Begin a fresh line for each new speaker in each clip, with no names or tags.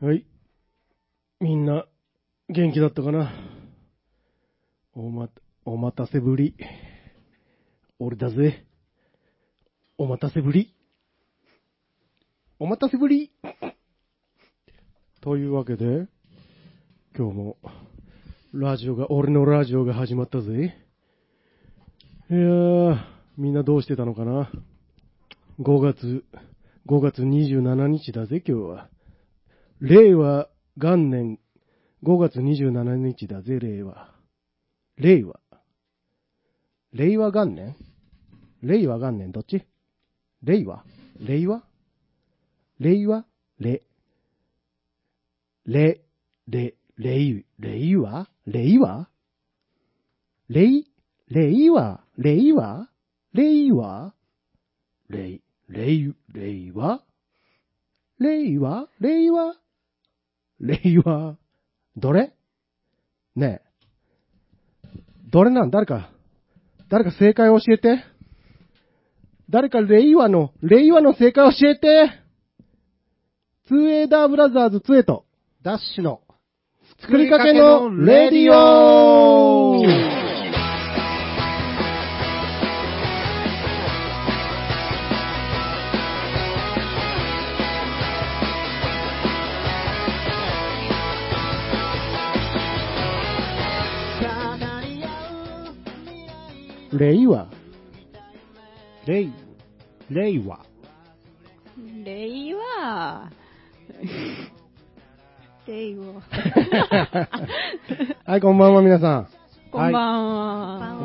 はい。みんな、元気だったかなおま、お待たせぶり。俺だぜ。お待たせぶり。お待たせぶり。というわけで、今日も、ラジオが、俺のラジオが始まったぜ。いやー、みんなどうしてたのかな ?5 月、5月27日だぜ、今日は。令和元年5月27日だぜ、令和。令和。令和元年令和元年どっち令和令和令和れ。れ、れ、れ、令和令和令令和令和令和令、令、令和令和令和令和どれねえ。どれなん誰か、誰か正解を教えて。誰か令和の、令和の正解を教えてツーエイダーブラザーズツエと、ダッシュの、作りかけのレディオ令和。
令、令和。
令和。令和。
はい、こんばんは、皆さん。
こんばん
こ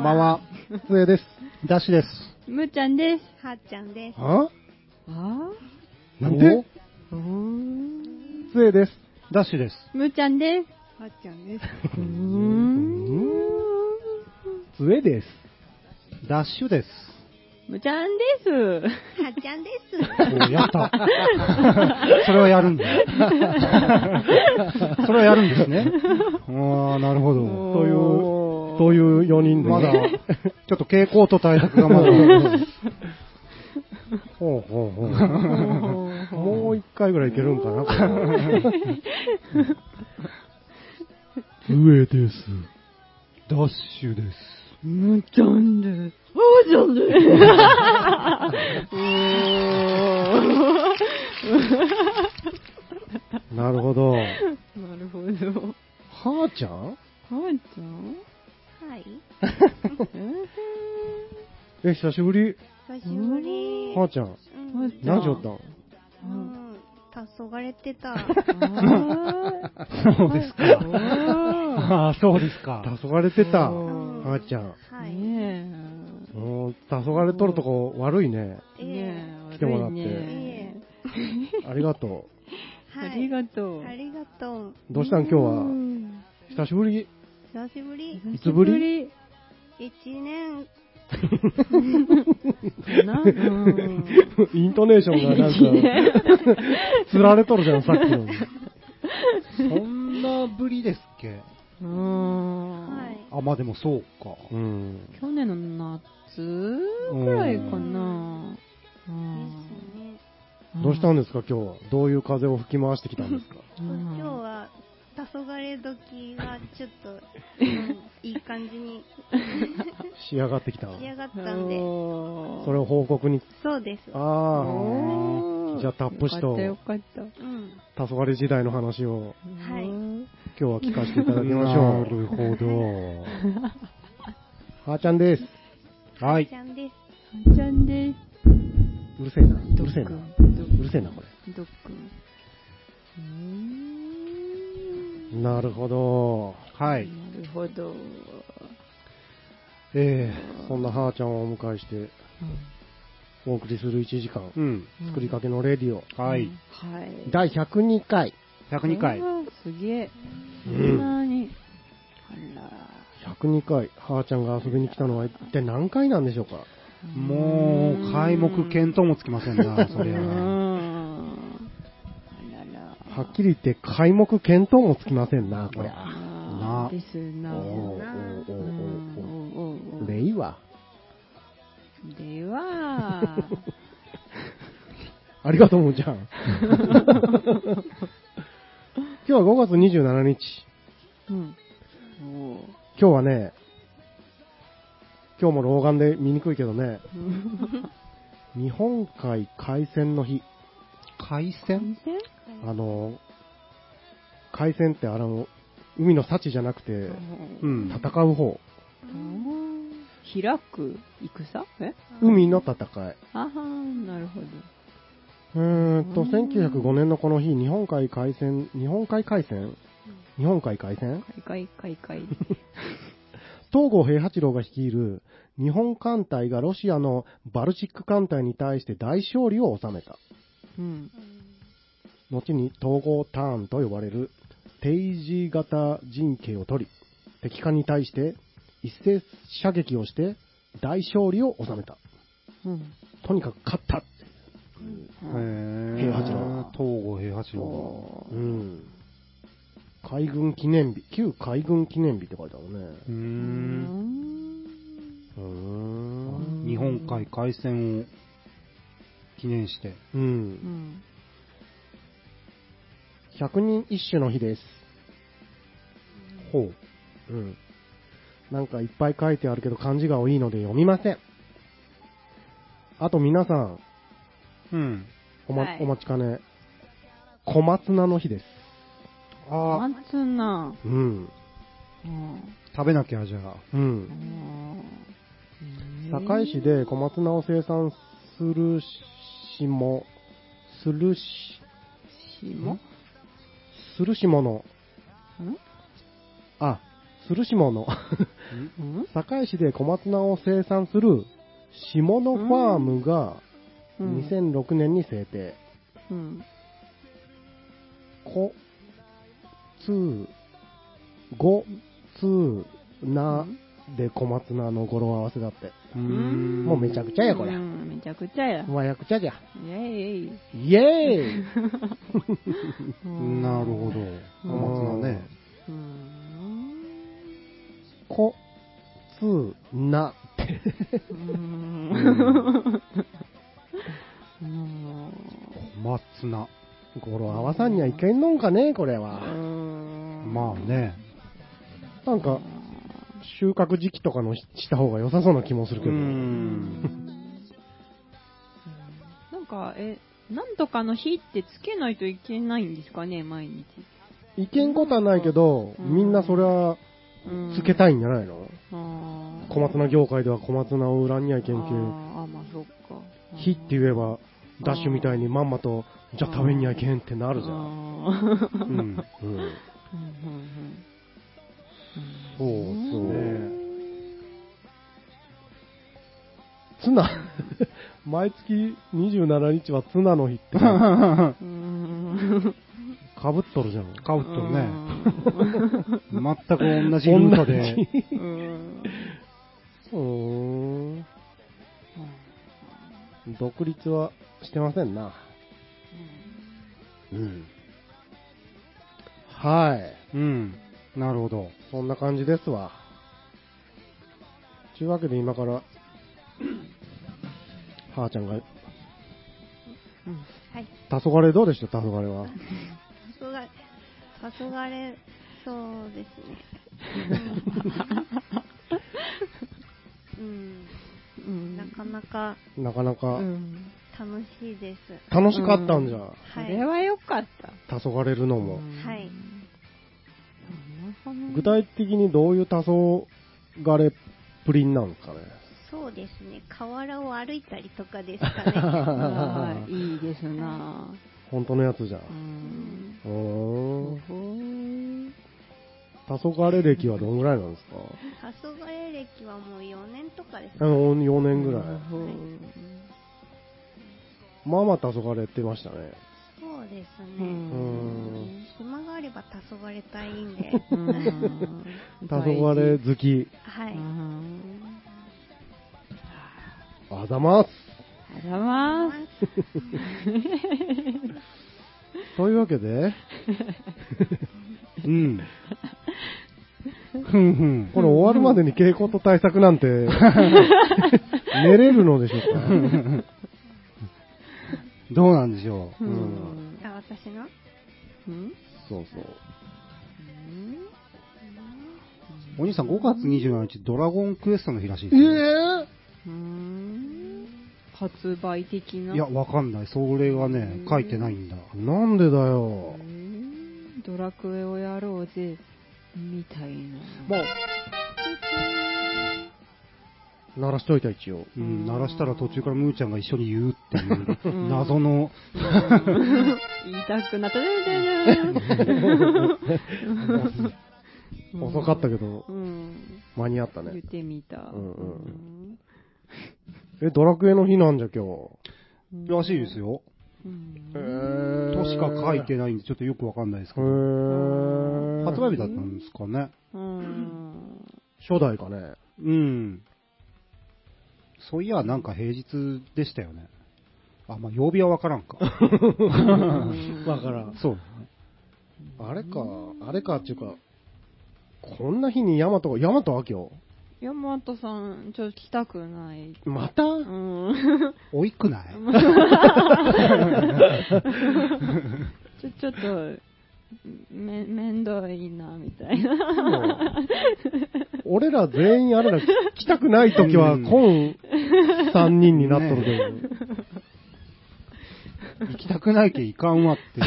は。
んばん は。
つえです。
ダッシュです。
むーちゃんです。
はっちゃんです。
は
あ
なんで
ーむ
つえです。
ダッシュです。
ーちゃんです。
はっちゃんです。
うーん
つえです。
ダッシュです。
むーちゃんです。
はっちゃんです。
おやった。 それはやるんだ。 それはやるんですね。ああ、なるほど。
そういう
おー
そういう4人で、ね。
まだ、ちょっと傾向と対策がまだ。
ほうほうほう。
おー
もう一回ぐらいいけるんかな、これ。上です。
ダッシュです。
むーちゃんです。おーちゃんです。
なるほど。は
おーなるほど。
ーちゃん
はーちゃん
はい。
え、久しぶり。
久しぶり。
はーちゃん。
うん。
じゃあ
何しよったん
うん。たそがれてた。
あ
そうですか。
ー
ああ、そうですか。
黄昏れてた。
う
は
ん
ーちゃん。
はい。
ね
うん、黄昏れとるとこ悪いね。
え。
え
ねえ。
来てもらって
悪いね
ありがと
え。は
あ
い。
りがとう。
ありがとう。
う。どうしたん今日は。久しぶり。
久しぶり。
いつぶ
り
一年。
か なうん。
イントネーションがなんか、つられとるじゃん、さっきの。
そんなぶりですっけ
うん
はい。
あ、まあでもそうか。
うん。
去年の夏くらいかな。うん
ですね。
どうしたんですか、今日は。どういう風を吹き回してきたんですか。
うん
今日は、たそがれ時がちょっと、うんいい感じに
仕上がってきた。
仕上がったんで。
それを報告に。
そうです。
あ
おー
じゃあタップしと
よかったよかっ
うん。
あ、黄昏時代の話を
た。
はい
うん
今日は聞かせていただきましょう。
なる
ほど。 はーちゃんです。
は
はいっち。ゃんです。
はっちゃんです。
うるせえな。うるせえな。
どっ
う
くんどっくん
るせえな、こ
ドックン。うーん
れ。なるほど。
はい。
なるほど。
ええそんなはーちゃんをお迎えしてお送りする1時間。
うん。
作りかけのレディオ。
はい。
はい。
第102回。
102回
う。わーすげえ。
う
そ
ん
んなに。あ
102回、はーちゃんが遊びに来たのは一体何回なんでしょうか。
ら。
もう、開目見当もつきませんな、そ
そ
り
りゃ。うー
ゃ。
んあらら。
はっきり言って、開目見当もつきませんな、こりゃ。
あ
な
ーですな。
おおお
な
おお
う
おお
んおうおうおう
令和。
では、
ありがとう、もんちゃん。今日は5月27日。
うん。おー
今日はね、今日も老眼で見にくいけどね、日本海海戦の日。
海鮮
全然
あの、海戦ってあの、海の幸じゃなくて、うん、戦う方。
おー開く戦え
海の戦い。
あはなるほど。
うーんと、1905年のこの日、日本海海戦、日本海海戦日本海海戦
海海海海。
東郷平八郎が率いる日本艦隊がロシアのバルチック艦隊に対して大勝利を収めた。
うん。
後に統合ターンと呼ばれる定時型陣形を取り、敵艦に対して一斉射撃をして大勝利を収めた。
うん。
とにかく勝った
へ
平八郎
東郷平八郎
お
う
ー
ん。海軍記念日、旧海軍記念日って書いてあるね。
うー
うんん。
うーん。
日本海海戦を記念して
う。
うんん。
百人一首の日です。
ほう
うん。なんかいっぱい書いてあるけど漢字が多いので読みません。あと皆さん、
うん
おま、
はい
お待ちかね。小松菜の日です。
あ
あ
あ
つな。
うん。
うん
食べなきゃじゃあ
うん。堺市で小松菜を生産するしも、するし、
下
するしもの、あ、するしもの。
うん
堺市で小松菜を生産する下野ファームが
うん
2006年に制定。
うん。
こ、つ、ご、つ、な、で小松菜の語呂合わせだって。
うー
うん
もうめちゃくちゃやこれ
うんめちゃくちゃや。
和訳茶じゃ。
イエイイエイ。
イエー イ
うん
なるほど小松菜ね
うん。
こ、つ、なって。
う
うん
んうん
小松菜
語呂合わさんにはいけんのんかね、これ
う
は。
ん
まあね
なんか、収穫時期とかのしした方が良さそうな気もするけど。
うんなんか、え、なんとかの日ってつけないといけないんですかね、毎日。
いけんことはないけど、
うん
みんなそれはつけた
い。
いんじゃないの、
あー
小松菜業界では小松菜を裏にはいけんけん
あーあー、まあそっか。
火って言えば、ダッシュみたいにまんまと、じゃあ食べにゃいけんってな
あ
るじゃん。
ー
う
うん
ん
うん。
うん
そうそうね
ツナ、 毎月27日はツナの日って、
うんうん
かぶっとるじゃん。
カウトね
うん
全く同じルートで
同じ
うん
うーん。独立はしてませんな。うん。はい。
うんなるほど
そんな感じですわ。ちゅうわけで今から、はーちゃんが、
うん
はい。
黄昏どうでした黄昏は。
黄昏、黄昏、そうですね。 うん。
う
うんんなかなか
なかなか
うん
楽しいです。
楽しかったんじゃ。
そ
はい。
れは良かった。
黄昏るのも。
はい
具体的にどういう黄昏プリンなんですかね。
そうですね。河原を歩いたりとかで すか
はいいいですな
本当のやつじゃん
ぁ。うん
うーん。
ほー
黄昏歴はどんぐらいなんですか
ね。黄昏歴はもう4年とかです
あ
ね。
の4年ぐらい。
ほー
まあまあ黄昏ってましたね。
そうです
う
ね。
ん
暇があれば黄昏たいん で。
うん
黄昏好き。
は
う
い。
ん
あざます。
ありがとうございます。
というわけで、
うんふんふん
これ終わるまでに傾向と対策なん て、寝れるのでしょうか
どうなんでしょ
う
う、
ん
ん
あ、私の
うん
そうそう。
うん
お兄さん5月27日、ドラゴンクエストの日らしいですよ、
え
うん発売的ない
や、わかんない。それがね、書いてないんだ。
えなんでだ
う
よ。
んドラクエをやろうぜみたいな
まあ、
鳴らしといた一応。
うん、鳴らしたら途中からムーちゃんが一緒に言うっていうう、
ん
謎の、
言いたくなったでででうん
遅かったけど
う、ん
間に合った
言っ
ね。
てみた
うんうんえ、ドラクエの日なんじゃ今日。
うん
らしいですよ。
うん
と
と
しか書いてないんで、ちょっとよくわかんないです
へ
けど。
ー
発売日だったんですかね。
うん
初代かね。
うん。そういや、なんか平日でしたよね。あ、まあ、曜日はわからんか。
わからん。
そう。
あれか、あれかっていうか、こんな日にヤマトが、ヤマト明
山本さんちょっと来たくない
また
うん
おいくない
ちょちょっとめめんどいなみたいな
俺ら全員あれら来たくない時は、
うん
コン3人になっとるけ
行きたくないけいかんわっていう。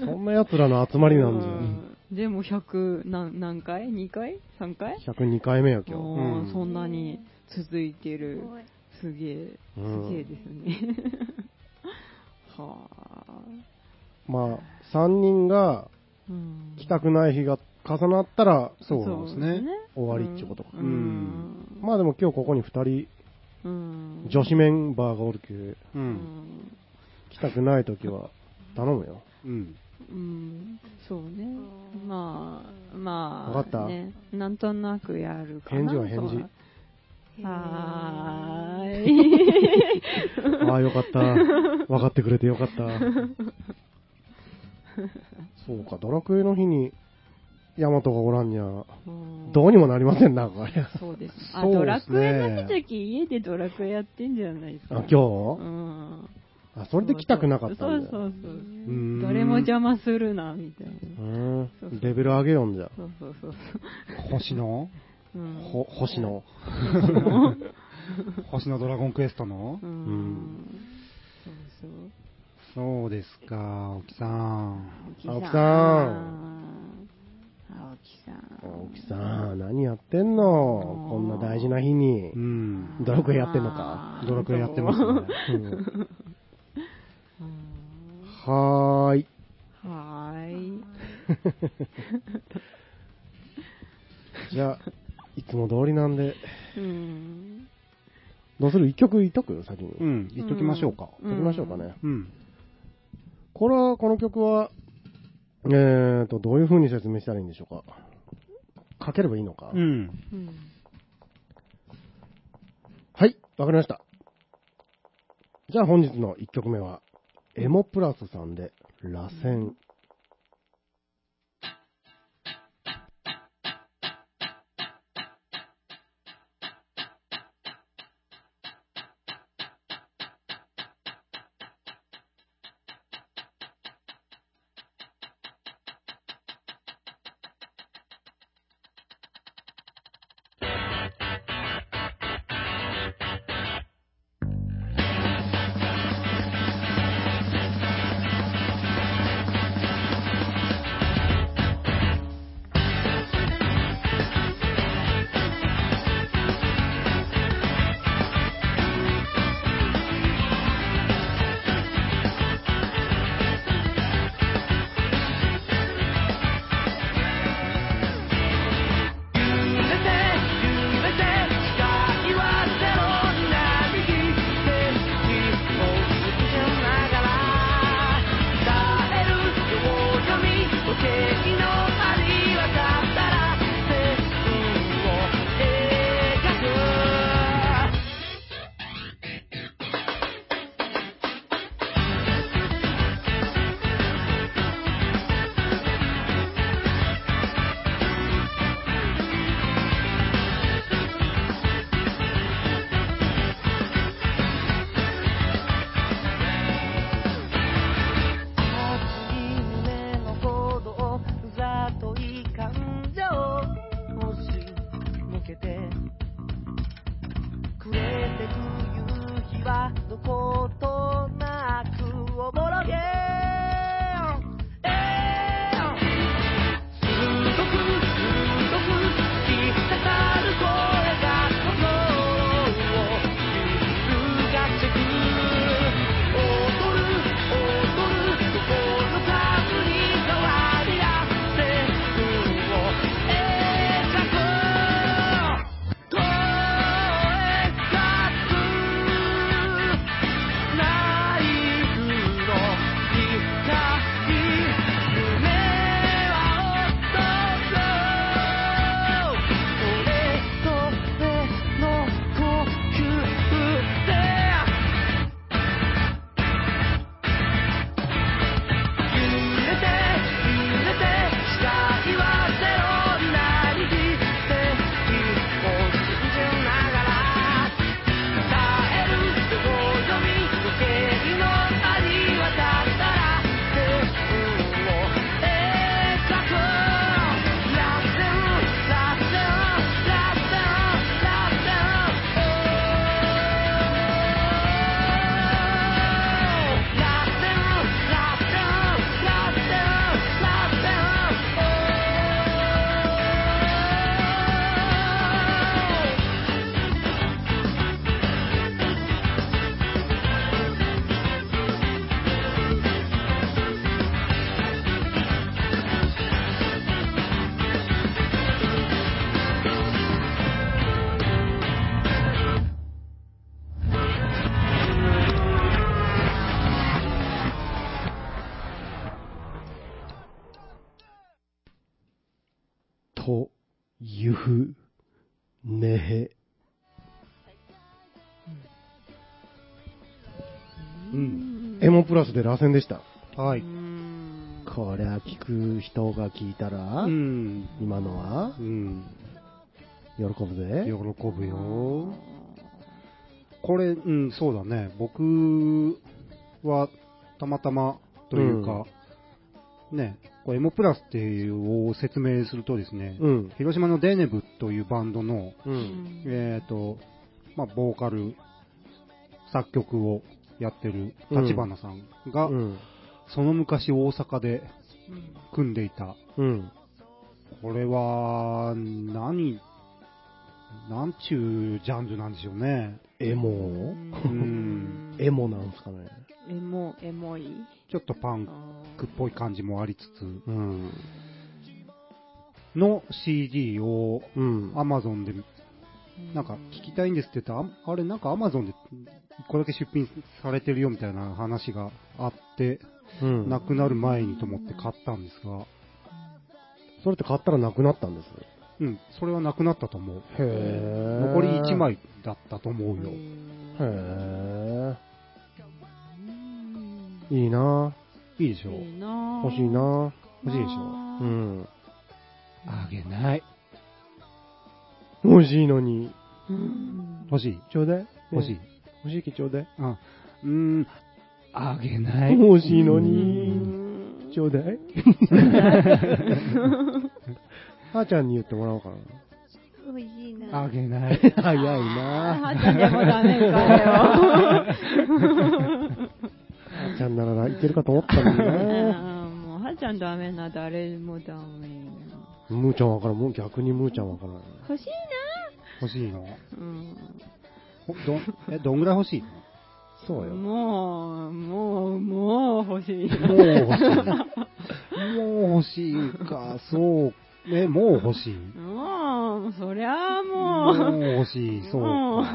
ど、そんな奴らの集まりなんじ
う
ゃ。
んでも100何何回 ?2 回 ?3 回
102回目や
お
今
ー
うん
そんなに続いて
す
る
ごい
すげえ
日。う
すげえ
ん、
ですね はあ
まあ、3人が
うん
来たくない日が重なったら、
そうなんですね。
終わりってことか
うんうん
まあでも今日ここに2人、
うん
女子メンバーがおるけ、
う。
うんん
来たくない時は頼む よ。
うん。
うんそうね
うん
まあまあ
わかった
ねなんとなくやるかな
返事は返事
そうはーい
あ あ、よかった。分かってくれてよかった。そうか、ドラクエの日に、ヤマトがおらんにゃ、
うん
どうにもなりませんな、これ。
そうです。あ、
そうですね
ドラクエの時々家でドラクエやってんじゃないですか。
あ、今
う
日
ん。
あ、それで来たくなかった
そ
ん
う
だ。
そうそう。
うーん
誰も邪魔するな、みたいな。
うーん、レベル上げよんじゃ。
そうそうそう。
星の
そううん
ほ、星の。
星のドラゴンクエストの
う
うんん。
そうそう。
そうですか、沖さん。
青木さん
青木さん。
青木さん、何やってんのこんな大事な日に
う。ん。
ドラクエやってんのか
あー
ドラクエやってますね。
うん
うん
はーい。
はーい。
じゃあ、いつも通りなんで、
うん。
どうする一曲言っとく先に。言
う
っ
ん、言っときましょうか。
ときましょうかね。
うん。
これは、この曲は、えーと、どういう風に説明したらいいんでしょうか。かければいいのか。
うん。
うん。
はい、わかりました。じゃあ本日の1曲目は、エモプラスさんで、螺旋。
「
と、ゆふ、ねへ。
うん
エモプラスで螺旋でした。
は
う
い
ー。ん
これは聞く人が聞いたら、
うん。
今のは
うん。
喜ぶぜ
喜。ぶよ。これ、うん、そうだね。僕は、たまたまというか、ね、こうエモプラスっていうを説明するとですね、
うん。
広島のデーネブというバンドの、
う。
うん
えっ、と、まあ、ボーカル、作曲をやってる立花さん
う
が、
ん。
その昔大阪で
うん
組んでいた、
うん。
これは、何、なんちゅうジャンルなんでしょうね。
エモ
ん
エモなんすかね。
エモエモい
ちょっとパン
あ
クっぽい感じもありつつ、うん、の CD を
うん。
Amazon で、
ー
なんか聞きたいんですって言ったら、ああれなんか Amazon で1個だけ出品されてるよみたいな話があって、
うん。
なくなる前にと思って買ったんですが、
それって買ったらなくなったんです。
うん、それはなくなったと思う。
へえ。
残り1。枚だったと思うよ。
う
へ
ん
え。いいない
いでしょ
いいなぁ
欲しいな
欲しいでしょ
な
う
ぁ
ん。
あげない。
欲しいのに。
うん
欲しい
ちょうだい。
欲しい
ね。欲しい気ちょうだい。
あ、うーん、あげない。
欲しいの
う
に。
ん
ちょうだ い。母ちゃんに言ってもらおうかな。
美味しいな。
あげない。
早い
あ
な
はちゃんでもダメか
母
よ。
ちゃんならいけるかと思ったのにな
うんもうはちゃんダメな、誰もダメな。
むーちゃんわからん。もう逆にむーちゃんわからん。
欲しい
欲しいの
なうん。
ほどん、え、どんぐらい欲しいの
そうよ。も
もう、もう、もう欲しい。
もう欲しい。もう欲しいか、そう。え、もう欲しい。
もう、そりゃあ
も
もう。
う欲しい、そう
もう
か。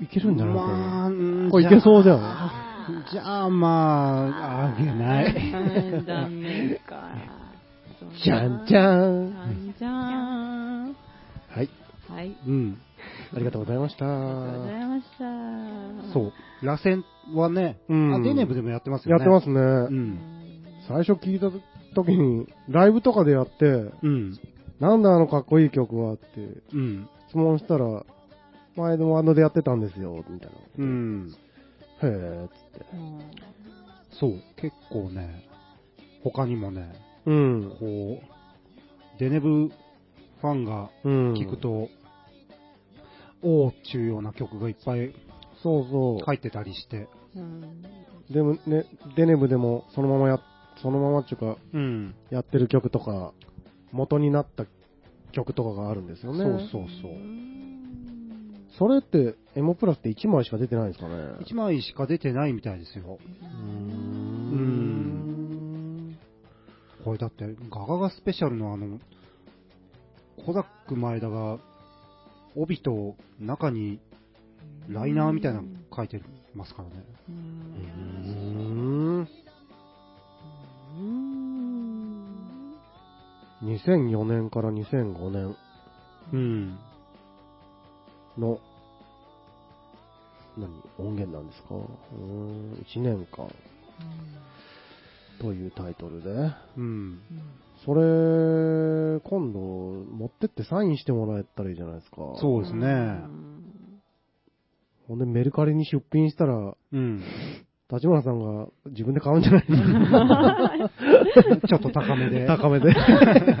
ういけるんじゃない
まあ、うん
これいけそうじゃん
あじゃあ、まあ、あげない。
うんダメか。
じゃんじゃ
じゃ
ん。
んじゃん。
はい。
はい。
うん。
ありがとうございました。
ありがとうございました。
そう。螺旋はね、
うん
あデネブでもやってます
や
よ
っ
ね。。
てますすね。
うん。
最初聞いた時に、ライブとかでやって、
うん。
なんだあのかっこいい曲はって
うん。
質問したら、前のワンドでやってたんですよ、みたいな。
うん。
へーっつって。
うん。
そう。結構ね、他にもね、
うん。
こう、デネブファンが
うん。
聞く。と、おーっちゅうような曲がいっぱい
そうそう。
入ってたりして、
うん。
でもね、デネブでもそのままや、そのままっていうか、
うん。
やってる曲とか、元になった曲とかがあるんですよね。
そうそうそうう。
ん
それって、エモプラスって1枚しか出てないんですかね。
1枚しか出てないみたいですよ。
うーん
ん。これだって、ガガガスペシャルのあの、コダック前田が、帯と中にライナーみたいなの書いてますからね。
う
うんーん。
うん
2004年から2005年
うん。
の、何音源なんですかうーん。1年間というタイトルで。
うん。
それ、今度、持ってってサインしてもらえたらいいじゃないですか。
そうですね。
ほんで、メルカリに出品したら、
うん。
立花さんが自分で買うんじゃない
ちょっと高めで。
高めで。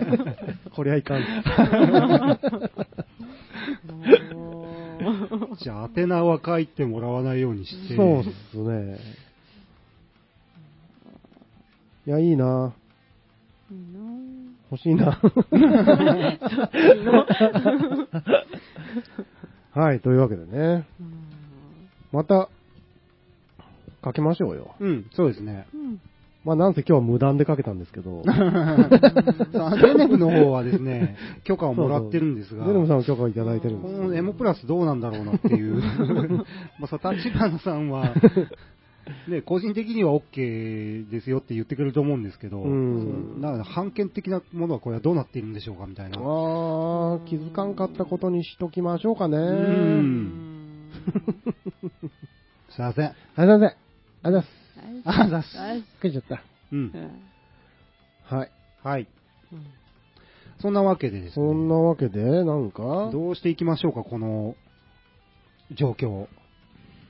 こりゃいかん。
もう
じゃあ、宛名は書いてもらわないようにして。
そうっすね。いや、いいな。欲しいな。 はい、というわけでね。また、かけましょうよ。
うん、そうですね。
うん
まあ、なんせ今日は無断でかけたんですけど。
さあデネブの方はです ね、許可を もらってるんです
ゼ
が、
ルムさんの許可をいただいてるん
こ
です
のエモプラスどうなんだろうなっていう、まあ、さ、立花さんは、ね、個人的には OK ですよって言ってくれると思うんですけど、
うん
だから、判権的なものはこれはどうなっているんでしょうかみたいな。
あー、気づかんかったことにしときましょうかね。
うん
うん
すいません。
ありがとうございます。ありがとうございます。ありがとうござい
ありがとうござい
ます。食えちゃっ
うん。
た。はい。
はい。そんなわけでです
そんな
ね、
わけで、なんか、今
どうしていきましょうか、この状況。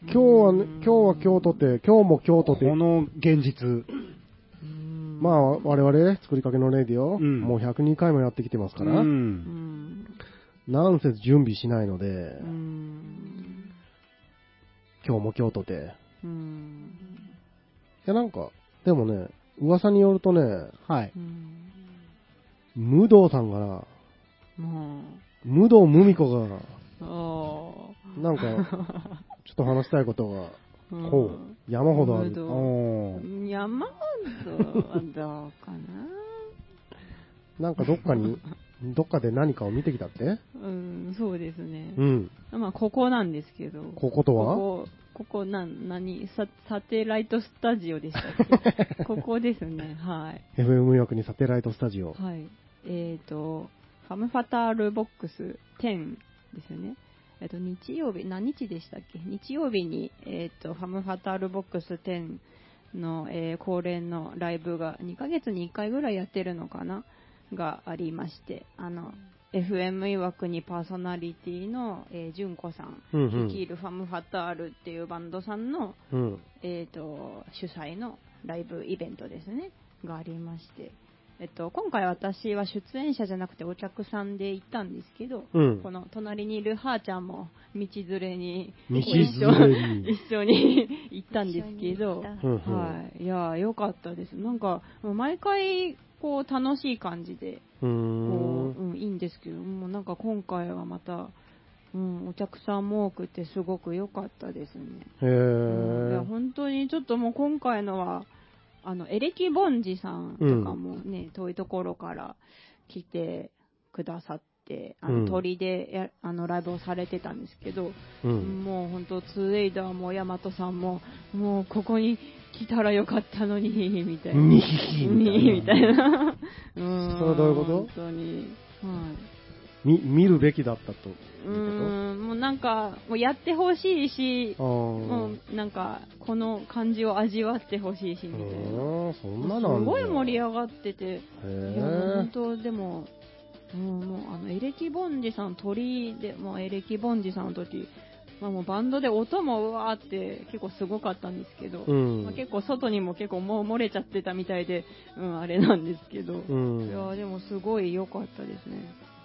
日はね、今日は今日とて、今日も今日とて
こ、の現実。
うん
まあ、我々、作りかけのレディオ、
うん
もう102回もやってきてますか
う。
ら、
うんん
なんせ準備しないので、
うん
今日も今日とて。
うん
いや、なんか、でもね、噂によるとね、
はい。
うん
武道さんがな、
も
武道無美子が、
うあ
なんか、ちょっと話したいことが
あうん
こ
山ほどある
武。道
おー
山本はどうかな
なんかどっか に、どっかで何かを見てきたって
うんそうですね
うん。
まあここなんですけど
こことは
ここここなん何ササテライトスタジオでしたっ けここですねはい
?FM 予約にサテライトスタジオ。
はいえー、とハムファタールボックス10ですよねえっと日曜日何日でしたっけ日曜日に、えー、とハムファタールボックス10の、えー恒例のライブが2ヶ月に1回ぐらいやってるのかながありましてあの FM いわくにパーソナリティの、えー、純子さん
うんう
率い
ん。
るファム・ファタールっていうバンドさんの、
うん。
えー、と主催のライブイベントですねがありまして、えっと、今回私は出演者じゃなくてお客さんで行ったんですけど、
うん
こ。の隣にいるはーちゃんも道連れに
道
一緒
連れ に
一緒に行ったんですけど、
うんうん
はい、いやー良かったですなんかもう毎回こう楽しい感じで
うー
こ
ん
う、。うん、いいんですけど、もうなんか今回はまた、うん、お客さんも多くてすごく良かったですね。
へ
うんいや
ー。
本当にちょっともう今回のは、あの、エレキボンジさんとかもね、遠いところから来てくださって、あ
う
の
ん
鳥でや、あのライブをされてたんですけど、
うん。
もう本当、ツーエイダーもヤマトさんも、もうここに来たらよかったのに、 みたいな。
にひひ
み
み
た
た
い
いな。
な。 それ
それはどういうこと
本当に。はい。
み、見るべきだったと。
うー
いうこ
ん、もうなんか、もうやってほしいし
と、あ
も
あ。
うなんか、この感じを味わってほしいし、みたいな。
うーんそんななんだ
すごい盛り上がってて、いや、もう
へ
本当、でも、うん、もうあの、エレキボンジさん、鳥で、もうエレキボンジさんの時、まあもうバンドで音もうわーって結構すごかったんですけど、
え。うん。
まあ、結構外にも結構もう漏れちゃってたみたいで、うん、あれなんですけど、
う
いや
ん。
ーでもすごい良かったですね。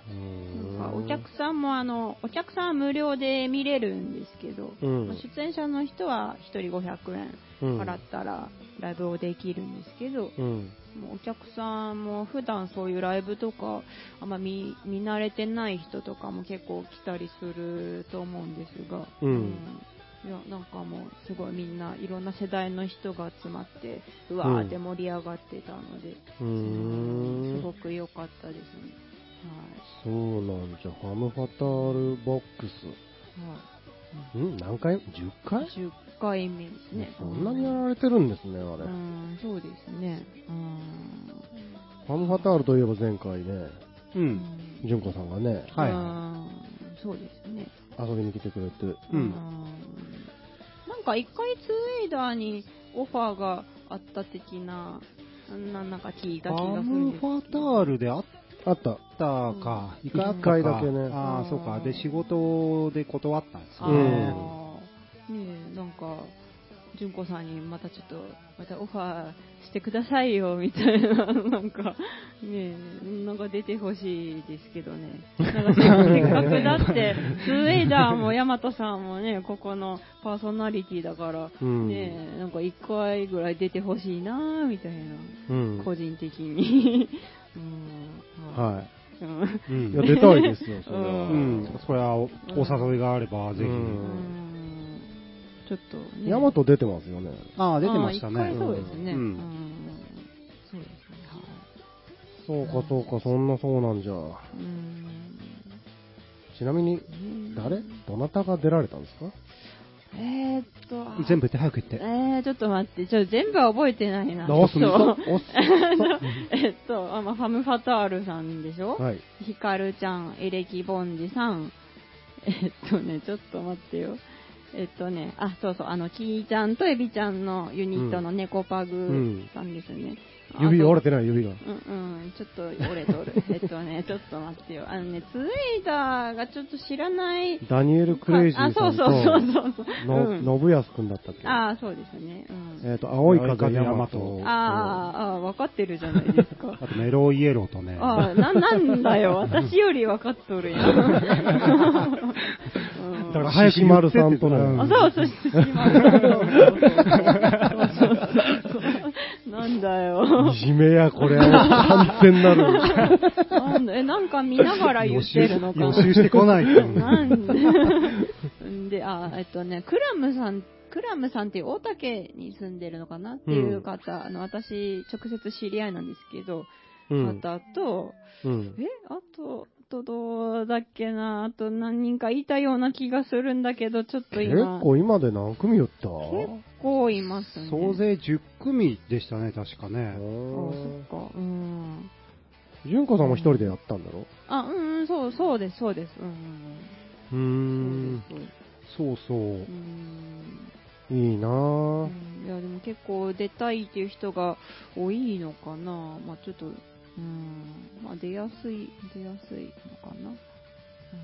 うん
なんかお客さんもあの、お客さんは無料で見れるんですけど、
うん
まあ出演者の人は1人500円
うん
払ったらライブをできるんですけど、
うん。
もうお客さんも普段そういうライブとか、あんま見見慣れてない人とかも結構来たりすると思うんですが、
うん
いやなんかもうすごいみんないろんな世代の人が集まって、うわーって盛り上がってたので、
うー
す
ん
ご。く良かったですね。
そうなんじゃ。ハムファタールボックス。
はい、はい
ん何回 ?10 回
10回目ですね。
そんなにやられてるんですね、あれ
う。ん、そうですね。うん。
ハムファタールといえば前回ね、
う。
うんん
純子さんがね、
はい
うんそうですね。
遊びに来てくれて、
うん
なんか一回ツーエイダーにオファーがあった的な、ななんか聞いた気
ア
がするん
ム
です
ファタールであっ
あった。
たか。
うん
一回あったか
一回だけね
あ
う
あ、
ん
そうか。で、仕事で断ったんです
あ
ね。
ーねえ、なんか、純子さんにまたちょっと、またオファーしてくださいよ、みたいな、なんか、ねえ、なんか出てほしいですけどね。なんかせっかくだって、スウェイダーもヤマトさんもね、ここのパーソナリティだから、
うん。
ねえ、なんか一回ぐらい出てほしいな、みたいな、
うん。
個人的に。うん、い。
は
うん
う
い。
ん
いや、出たいです よ、それ
う
は。
ん。それはお誘いがあれば、ぜひ。
うん
うんちょっとね。
ヤマト出てますよね。
ああ、出てました
ああ一
ね
回。そうですね。
うん
うんそうですね。はい
そうか、そうか、そんなそうなんじゃ。
うん
ちなみに、誰どなたが出られたんですか
えー、っと、あ
全部言って早く言って。
えー、ちょっと待って、ちょっと全部は覚えてないな。
どうすんの
そう えっと、あまあ、ファム・ファタールさんでしょ、
はい。
ヒカルちゃん、エレキ・ボンジさん、えっとね、ちょっと待ってよ。えっとね、あ、そうそう、あの、キーちゃんとエビちゃんのユニットの猫パグさんですね。あ
指が折れ
と
てない、指が。
うんうん、ちょっと折れ とる。えっとね、ちょっと待ってよ。あのね、ツエイダーがちょっと知らない。
ダニエル・クレイジーさんと、
あ、そうそうそうそう。う
の
ん、
信康くんだったっけ
ああ、そうですね。うん。
えっと、青い風ヤマ
青い風
ト
大和。
ああ、ああ、分かってるじゃないです か。
あとメロイエローとね、
ああ、な、なんだよ。私より分かっとるや ん。うん
だから、林丸さんと
うん
あ、
の、
そうそう、そう今 そうそうそうそうそうなんだよ
い。じめや、これは完全なる。
なんだえ、なんか見ながら言
予
って
習
るのか。
予習してこないっていう
なんでんで、 あ、えっとね、クラムさん、クラムさんっていう大竹に住んでるのかなっていう方、あの、私、直接知り合いなんですけど、
うん。
方と、
うん。
え、あと、あとどうだっけな、あと何人かいたような気がするんだけど、ちょっと
結
今、
構今で何組やった
結構いますね。
総勢10組でしたね、確か
あ
ね。
ー
あそっか、うん。
純子さんも一人でやったんだろ
あ、うんうん、そう、そうです、そうです。うん
うー
うんん。。そうです、そうです。
そうそう
う。ん。
いいな
う
ぁ。
んいやでも結構出たいっていう人が多いのかな、まあ、ちょっと、うんまあ、出やすい、出やすいのかな、うん、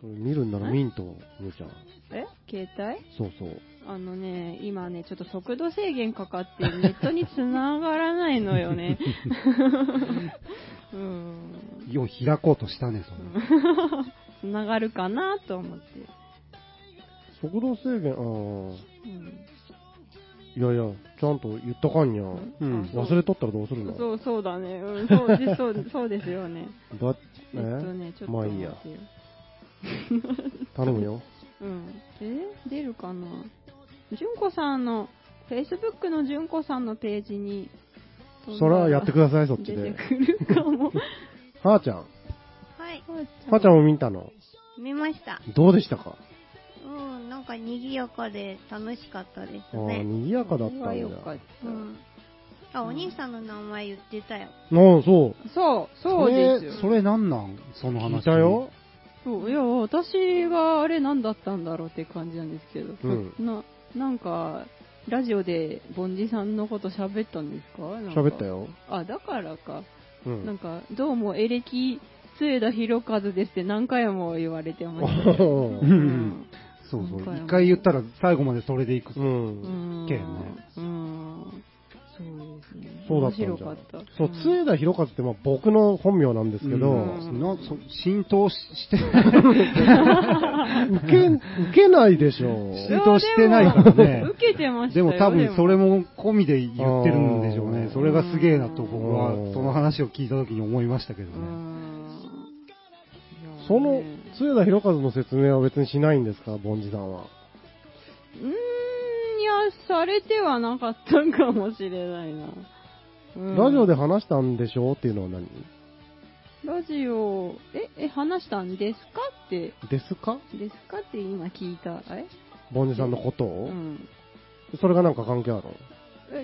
それ見るんならミント、むーちゃん。
え携帯
そうそう。
あのね、今ね、ちょっと速度制限かかって、ネットに繋がらないのよ ね。うん、
よう開こうとしたね、
繋がるかなと思って。
速度制限、ああ。
うん
いやいや、ちゃんと言ったかんや。
うん
あ
忘れとったらどうするの
そう、そうだね。うん、そうでそうそうです よね。
だ
えっとね、ちょっと
まあ
待
いい
っ
や。
てよ。
頼むよ。
うん。え出るかな純子さんの、Facebook の純子さんのページに、
それはやってください、そっち
出て
で。
くるかも。
はーちゃん。は
はい、
ーちゃんも見たの。
見ました。
どうでしたか
うん、なんか賑やかで楽しかったです
ああ、
ね。
賑やかだったん
それはよか
だ
っ。
うん。あ、お兄さんの名前言ってたよ。
うん、そ
た。そう、そうですよ。
それ、それなんなんその
う。
話。
聞いたよ。
そういや、私があれ何だったんだろうって感じなんですけど。
うん
な、なんか、ラジオで、ボンジさんのこと喋ったんですかなんか
喋った。よ。
あ、だからか。
う
なん
ん。
か、どうも、エレキ、末田博和ですって何回も言われて ました。
う
うんんうん。そうそう。一回言ったら最後までそれでいく。
う。
うんん
けんね
うん。そうですね。
そうだったんじゃん
面白かった。
そう、
ん
杖田博和ってまあ僕の本名なんですけど、
うん
なそ浸透し して、
受け、受けないでしょ。
浸透してないからね
受けてました
で
よ。
も多分そ
れ。
れも込みで言ってるんでしょう
あ
ね
ー。
それがすげえなと僕は
うん
その話を聞いた時に思いましたけど
う
ね。
んいや
その
ね、
杖田博和の説明は別にしないんですか、凡司さんは。
うーん、いや、されてはなかったんかもしれないな。うん
ラジオで話したんでしょうっていうのは何
ラジオ、え、え、話したんですかって、
ですか
ですかって今聞いた。え
ボンジさんのことを、
うん。
それがなんか関係ある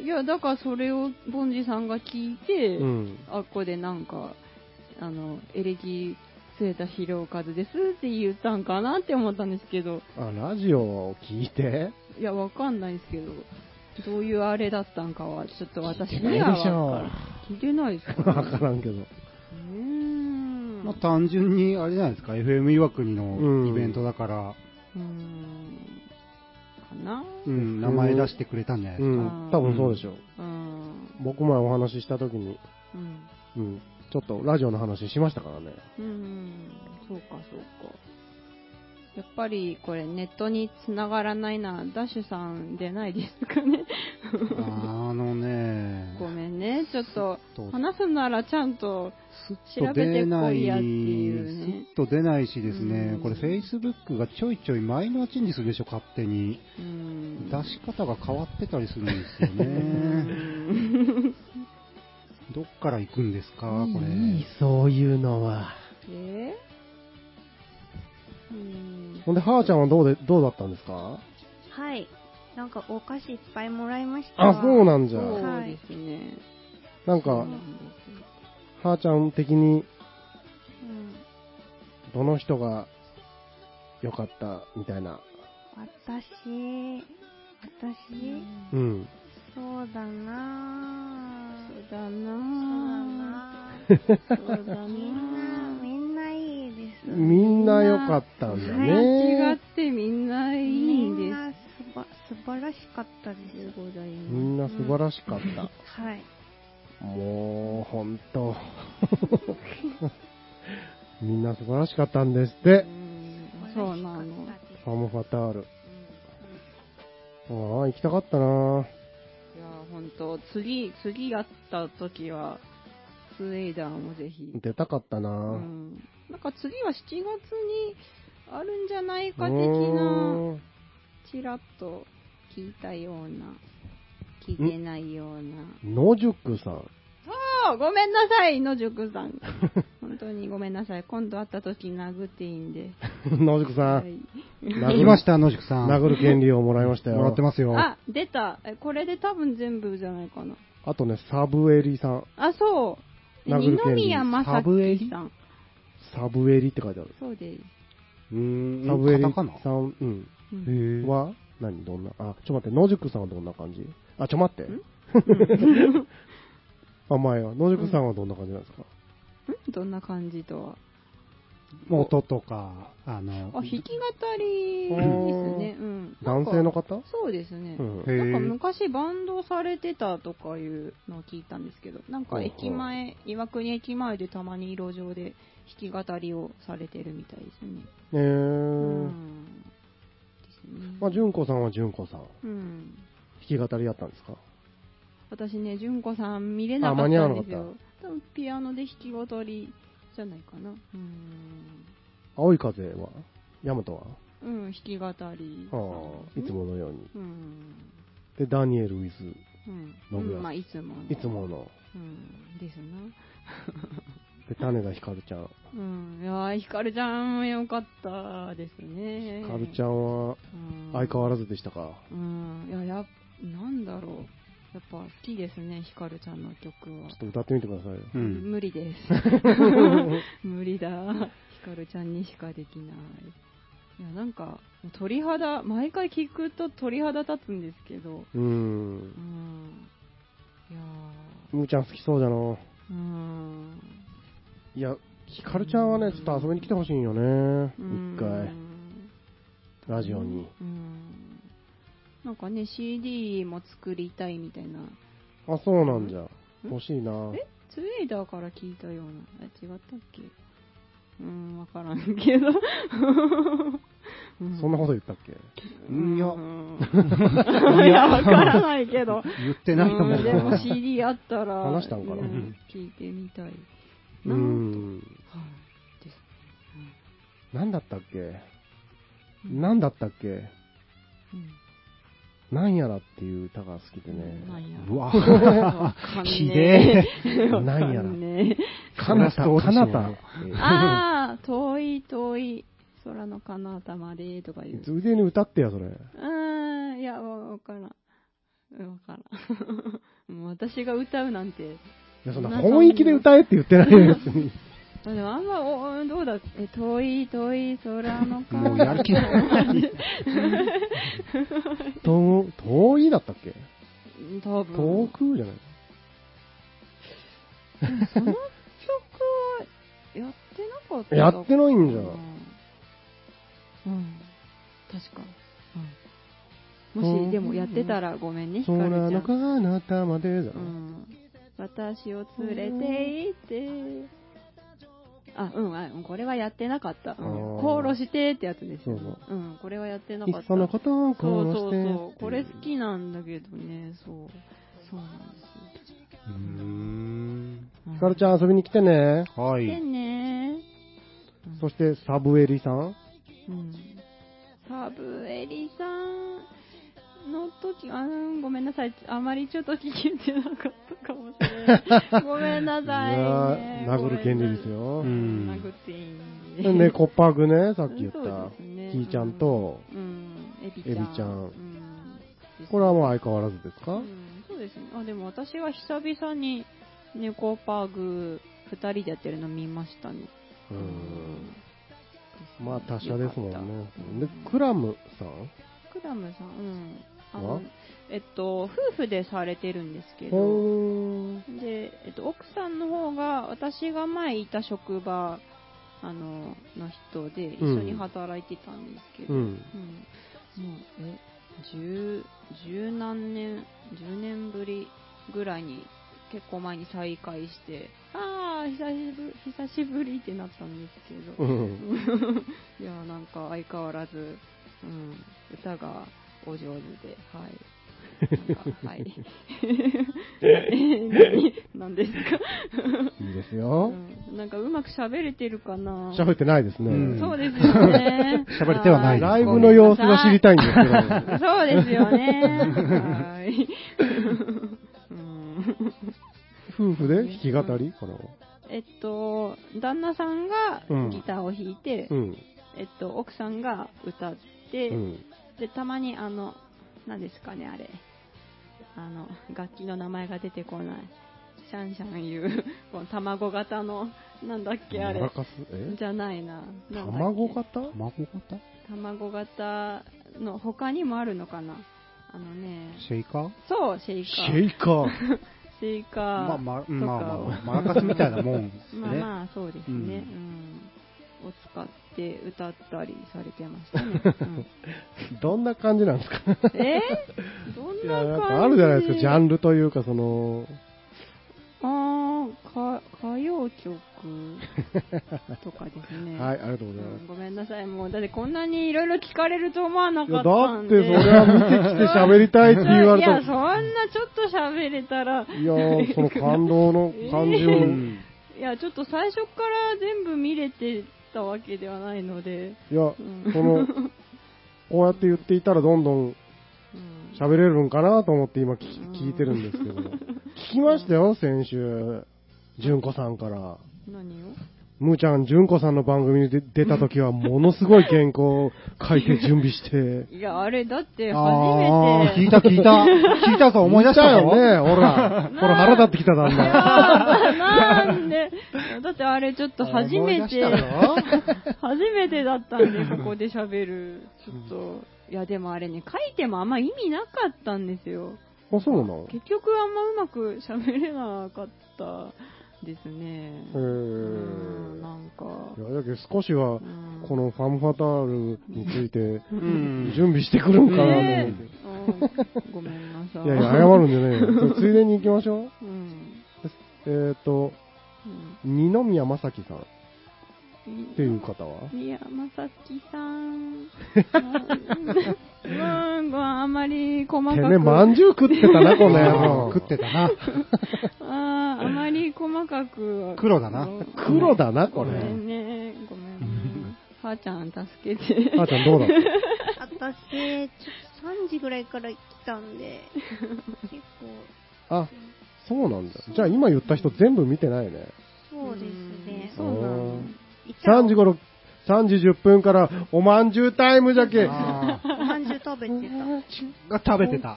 えいや、だからそれを、ボンジさんが聞いて、
のうん。
あっこでなんか、あの、エレキ、末田博和ですって言ったんかなって思ったんですけど、
あ、ラジオを聞いて
いや、わかんないですけど、どういうあれだったんかは、ちょっと私
聞いて
に
な
はい
でしょ
わからん聞いてないです か、
わからんけど。
うーん。
まあ単純にあれじゃないですか、FM 岩国
うん
のイベントだから、
うーん。かな
うん、名前出してくれたんじゃないうですか。
ん、多分そうでしょう。
うーん。
僕前お話しした時に、
う
う
ん。
ん、ちょっとラジオの話しましたからね。
うーん。そうか、そうか。やっぱりこれネットに繋がらないな、ダッシュさん出ないですかね。
あのね、
ごめんね、ちょっと
ちょっと
話すならちゃんと、
すっ
調べてこいやっていうね
すっと出ないしですね、
うん
これ、Facebook がちょいちょいマイナーチェンジするでしょ、勝手に。
うーん。
出し方が変わってたりするんですよ
うー
ね。
ん
どっから行くんですか、これ。
そういうのは。
えーうーん
ほんで、はーちゃんはどうで、どうだったんですか
はい。なんかお菓子いっぱいもらいました。
あ、そうなんじゃ。
そう
はい
ですね。
なんか、
そう
は
なんで
ーちゃん的に、
うん。
どの人が良かったみたいな。
私、
す
私
ね、
うん。
そうだな
そ
ぁ
う。だ
そうだ
な
なぁ。
ぁ。そうだなぁ。
みんな、みんないいです。
みんな良かったんだ
違っ
ね。
てみんないいん
み
です。
んなすば素晴らしかったです。
そうだよね
みんな素晴らしかった。
はい。
もう、ほんと。 みんな素晴らしかったんですって
う。んそうなの。
ファムファタール。ああ、行きたかったない
や、本当次、次やった時は、スウェーダーもぜひ。
出たかったな
う、ん。なんか次は7月にあるんじゃないか的な、
う
ちらっと聞いたような、聞いてないような。
ーん野宿さん。
あごめんなさい、野宿さん。本当にごめんなさい。今度会った時殴っていいんで。
野宿さ
は
ん。
い
殴
行
る
きました、野宿 さん。
殴る権利をもらいましたよ。。
もらってますすよ。
あ、出た。えこれで多分全部じゃないかな。
あとね、サブエリさん。
あ、そう。
殴
二
る権利
宮正樹さん。
サブエリって書いてある。
そうです。
うーん
サブエリ
カタカナ
さん、うん。
うん
へー
は、何どんな、あ、ちょ待って、野宿さんはどんな感じあ、ちょ待って。 あ、前は。野宿さんはどんな感じなんですか、
んどんな感じとは。
もう音とか、あの、
あ、弾き語りですね。うん。なん
男
か
性の方
そうですね。
うん
へ
なんか
ー
昔バンドされてたとかいうのを聞いたんですけど、なんか駅前、岩国駅前でたまに路上で弾き語りをされてるみたいですね。
え
う
ー。
ん。ですね。
まあ、純子さんは純子さん。弾
うん。
き語りやったんですか
私ね、純子さん見れ
あ
なか
間
っ
に合
た
わ
ん
なかっ
で
た
すよ。多分ピアノで弾き語りじゃないかな。うん。
青い風はヤマトは
うん、弾き語り。
ああ、いつものように。
うん。
で、ダニエル・ウィズ。
うん。う
信康
ん、まあ、いつもの。
いつもの。
うん、ですな。
で、種田ひかるちゃん。
うん。いやー、ひかるちゃんもよかったですね。
ひかるちゃんは
うん。
相変わらずでしたか。
うん。いや、やっ、なんだろう。やっぱ好きですね、ひかるちゃんの曲は
ちょっ。と歌ってみてくださいよ。
うん。
無理です。 無理だ。ヒカルちゃんにしかできない。いや、なんか、鳥肌、毎回聞くと鳥肌立つんですけど、
うーん
う。ん。いや
むーちゃん好きそうじゃな。
ー、うん。
いや、ひかるちゃんはね、ちょっと遊びに来てほしいんよね。
うん
一回、ラジオに。
うん。なんかね、CD も作りたいみたいな。
あ、そうなんじゃ。
うん
欲しいな。
えツイーダーから聞いたような。あ、違ったっけうん、わからんけど。
そんなこと言ったっけ
いや
うんいや、わからないけど。
言ってないと思
う
うん
でも CD あったら、
話したんかな
うん聞いてみたい。
うーん。
はい。です。
なんだったっけ
うん
なんだったっけ
うん
なんやらっていう歌が好きでね。
なんや。
うわ
わかんねえ
ひで
え
わか
なんやら
ねえ
かなた、
ラストオーデ
か
ィショ
な
ン
た。
ああ、遠い遠い、空の彼方までとか言う。
腕に歌ってや、それ。
うーん、いや、わわからん。うんわからん。 もう私が歌うなんて。
いや、そんな本域で歌えって言ってないよ、別に。
あでもあんま、おどうだえ、遠い遠い空の彼方
もうやる気ない。
と遠いだったっけ
うん多分。
遠くじゃない
その曲はやってなかった
やってないんじゃん
うん、確か、うんもしでもやってたらごめんねひか
空
るちゃ
の
ん、
彼方までじゃ。
うんん、私を連れて行ってあうんあこれはやってなかった、うん
あー
殺してってやつですよ、
そう
ん、これはやってないかっ
ったそのことを殺して
そうそうそうこれ好
う
きなんだけどねそうそうなんですよ
うーん。
うん
ひかるちゃん遊びに来てね。
は
来て
い。
ねうん
そして、サブエリさん。
うんサブエリさんの時、あーごめんなさい。あまりちょっと聞けてなかったかもし れない。ごめんなさい、ね。
うわー殴る権利ですよ
ごめんなさい
うん
殴っていいんで。
ね、コッパーグね、さっき言っ
そう
た
で。すね。ね。
キーちゃんと、
うん、エビちゃん。
エビちゃん
うん
これはもう相変わらずです
う
か
んそうですね。あ、でも私は久々に猫パーグ2人でやってるの見ましたね。
うん。まあ、他社ですもん
よ
ね
かった。
で、クラムさん
クラムさん、うん。あ
は
の、えっと、夫婦でされてるんですけど、
ほー。
で、えっと、奥さんの方が、私が前いた職場、あの、の人で、一緒に働いてたんですけど、
う
うん。
ん。
もう、え、十、十何年、十年ぶりぐらいに、結構前に再会して、ああ、久しぶり、久しぶりってなったんですけど、
うん。
いやなんか相変わらず、うん、歌がお上手で、はい。なんか はい。 何ですか、
いいです
う
よ。
ん、なんかうまく喋れてるかな
喋ってないですね。
うん
そうですよ ね。
喋れてはないです
ライブの様子が知りた
い。
いんですけど。
そうです よね。はい。うん
夫婦で弾き語りかな
えっと、旦那さんがギターを弾いて、
うん。
えっと、奥さんが歌って、
うん。
でたまにあの何ですかねあれあの楽器の名前が出てこないシャンシャンいうこの卵型のなんだっけあ
マラ
れ
カスえ
じゃないななんだっけ
卵型
孫型
卵型の他にもあるのかなあのね
シェイカー
そうシェイカ
シ
ー
ェイカー。
シェイカー
まあ
ま
まあ、
とか
まあまあ、マラカスみたいなもんです
あ
ね。
まあそうですね、う
うんん
を使って歌ったりされてました ね、うん
どんな感じなん ですか
えー、どん
い
な
や、
感じ
なんかあるじゃないですか、ジャンルというか、その、
ああ、か歌謡曲とかですね。
はい、ありがとう
う
ございます
ん。ごめんなさい、もう、だってこんなにいろいろ聞かれると思わない
や、
かっ
だ
た
って
ん
そ
で。
れは見てきて喋りたいって言われ
い
た
や、そんなちょっと喋れたら、
いやー、 その感動の感じを、
うん
いや、ちょっと最初から全部見れてたわけではないので、
いや、
うん
この、こうやって言っていたらどんどん
うん
喋れるんかなと思って今聞き
うん
聞いてるんですけど、聞きましたよ、先週、純子さんから。
何を
むーちゃん、純子さんの番組に出出た時は、ものすごい原稿を書いて準備して、
いや、あれ、だって
ああー、
初
聞
め
い
て。
た聞いた。聞いたぞ、思い出した
よね、。ほ ら。ほら、腹立ってきただんだん。
あーなんで、だってあれちょっと初め
思い出
て、
したぞ
初めてだったんで、ここで喋る。ちょっと、いやでもあれね、書いてもあんま意味なかったんですよ。
あ、そうなの
結局あんまうまく喋れなかったですね。
へー
うん、なんか。
いや、だけど少しは
う、ん
このファムファタールについて、
うん。
準備してくるんかなと思
ね
って。
えうんごめんなさい。
いやいや、謝るんじゃねえよ。それついでに行きましょう。
うん。
えっ、ー、と、
うん
二宮正樹さんっていう方は
宮正樹 さん。うん、あんまり細か
て
く。
めえ、まんじゅう食ってたな、この野 郎。
食ってたな。
あーあまり細かくは。
黒だな
黒だな、こ
ご
れ。
めんね。ごめん。はーちゃん、助けて。
母ちゃんどうだった
私、ちょっと3時ぐらいから来たんで、結構、
あ、そうなんだ。じゃあ今言った人全部見てないね。
そうですね。
そうなんだ
3時頃、3時10分からおまんじゅうタイムじゃけ。
あ
おまんじゅう食べてた。
ーが食べ てた。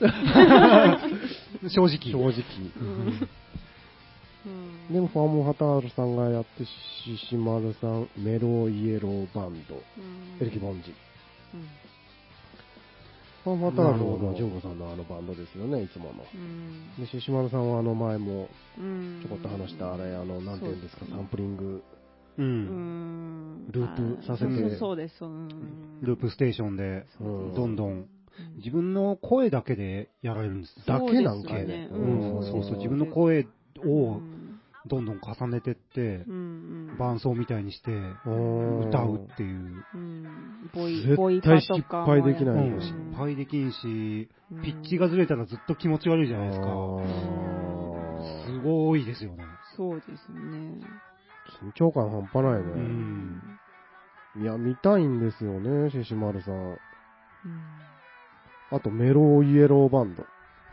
正直。
正直。
うん
でも、ファム・ハタールさんがやって、シシマルさん、メロイエローバンド、
うん
エレキボンジ。
うん
ファム・ハタール
なるほ
は、
ど
ジョーゴさんのあのバンドですよね、いつもの。
うん
で、シシマルさんはあの前も、
うん
ちょこっと話したあれ、あの、なんていうんですか、
そう
サンプリング。
う。
うんん
ループさせて
あーそうそうです。うん
ループステーションで、
うん
どんどん、自分の声だけでやられるんです。
だけなん
そう
か
で
い
すよね
ね。
うん
うん
そうそう、自分の声
う
を
ん
どんどん重ねてって
う、ん
伴奏みたいにして、
うん
歌うっていう。
うんボイ
絶
ボイパ
対
と
失
か
敗でき
う
ない
ん
よ。
失敗できんし
うん、
ピッチがずれたらずっと気持ち悪いじゃないですか。
あー
すごいですよね。
そうですね。
緊張感半端ないうね。
ん。
いや、見たいんですよね、シシマルさん。
うん
あと、メロイエローバンド。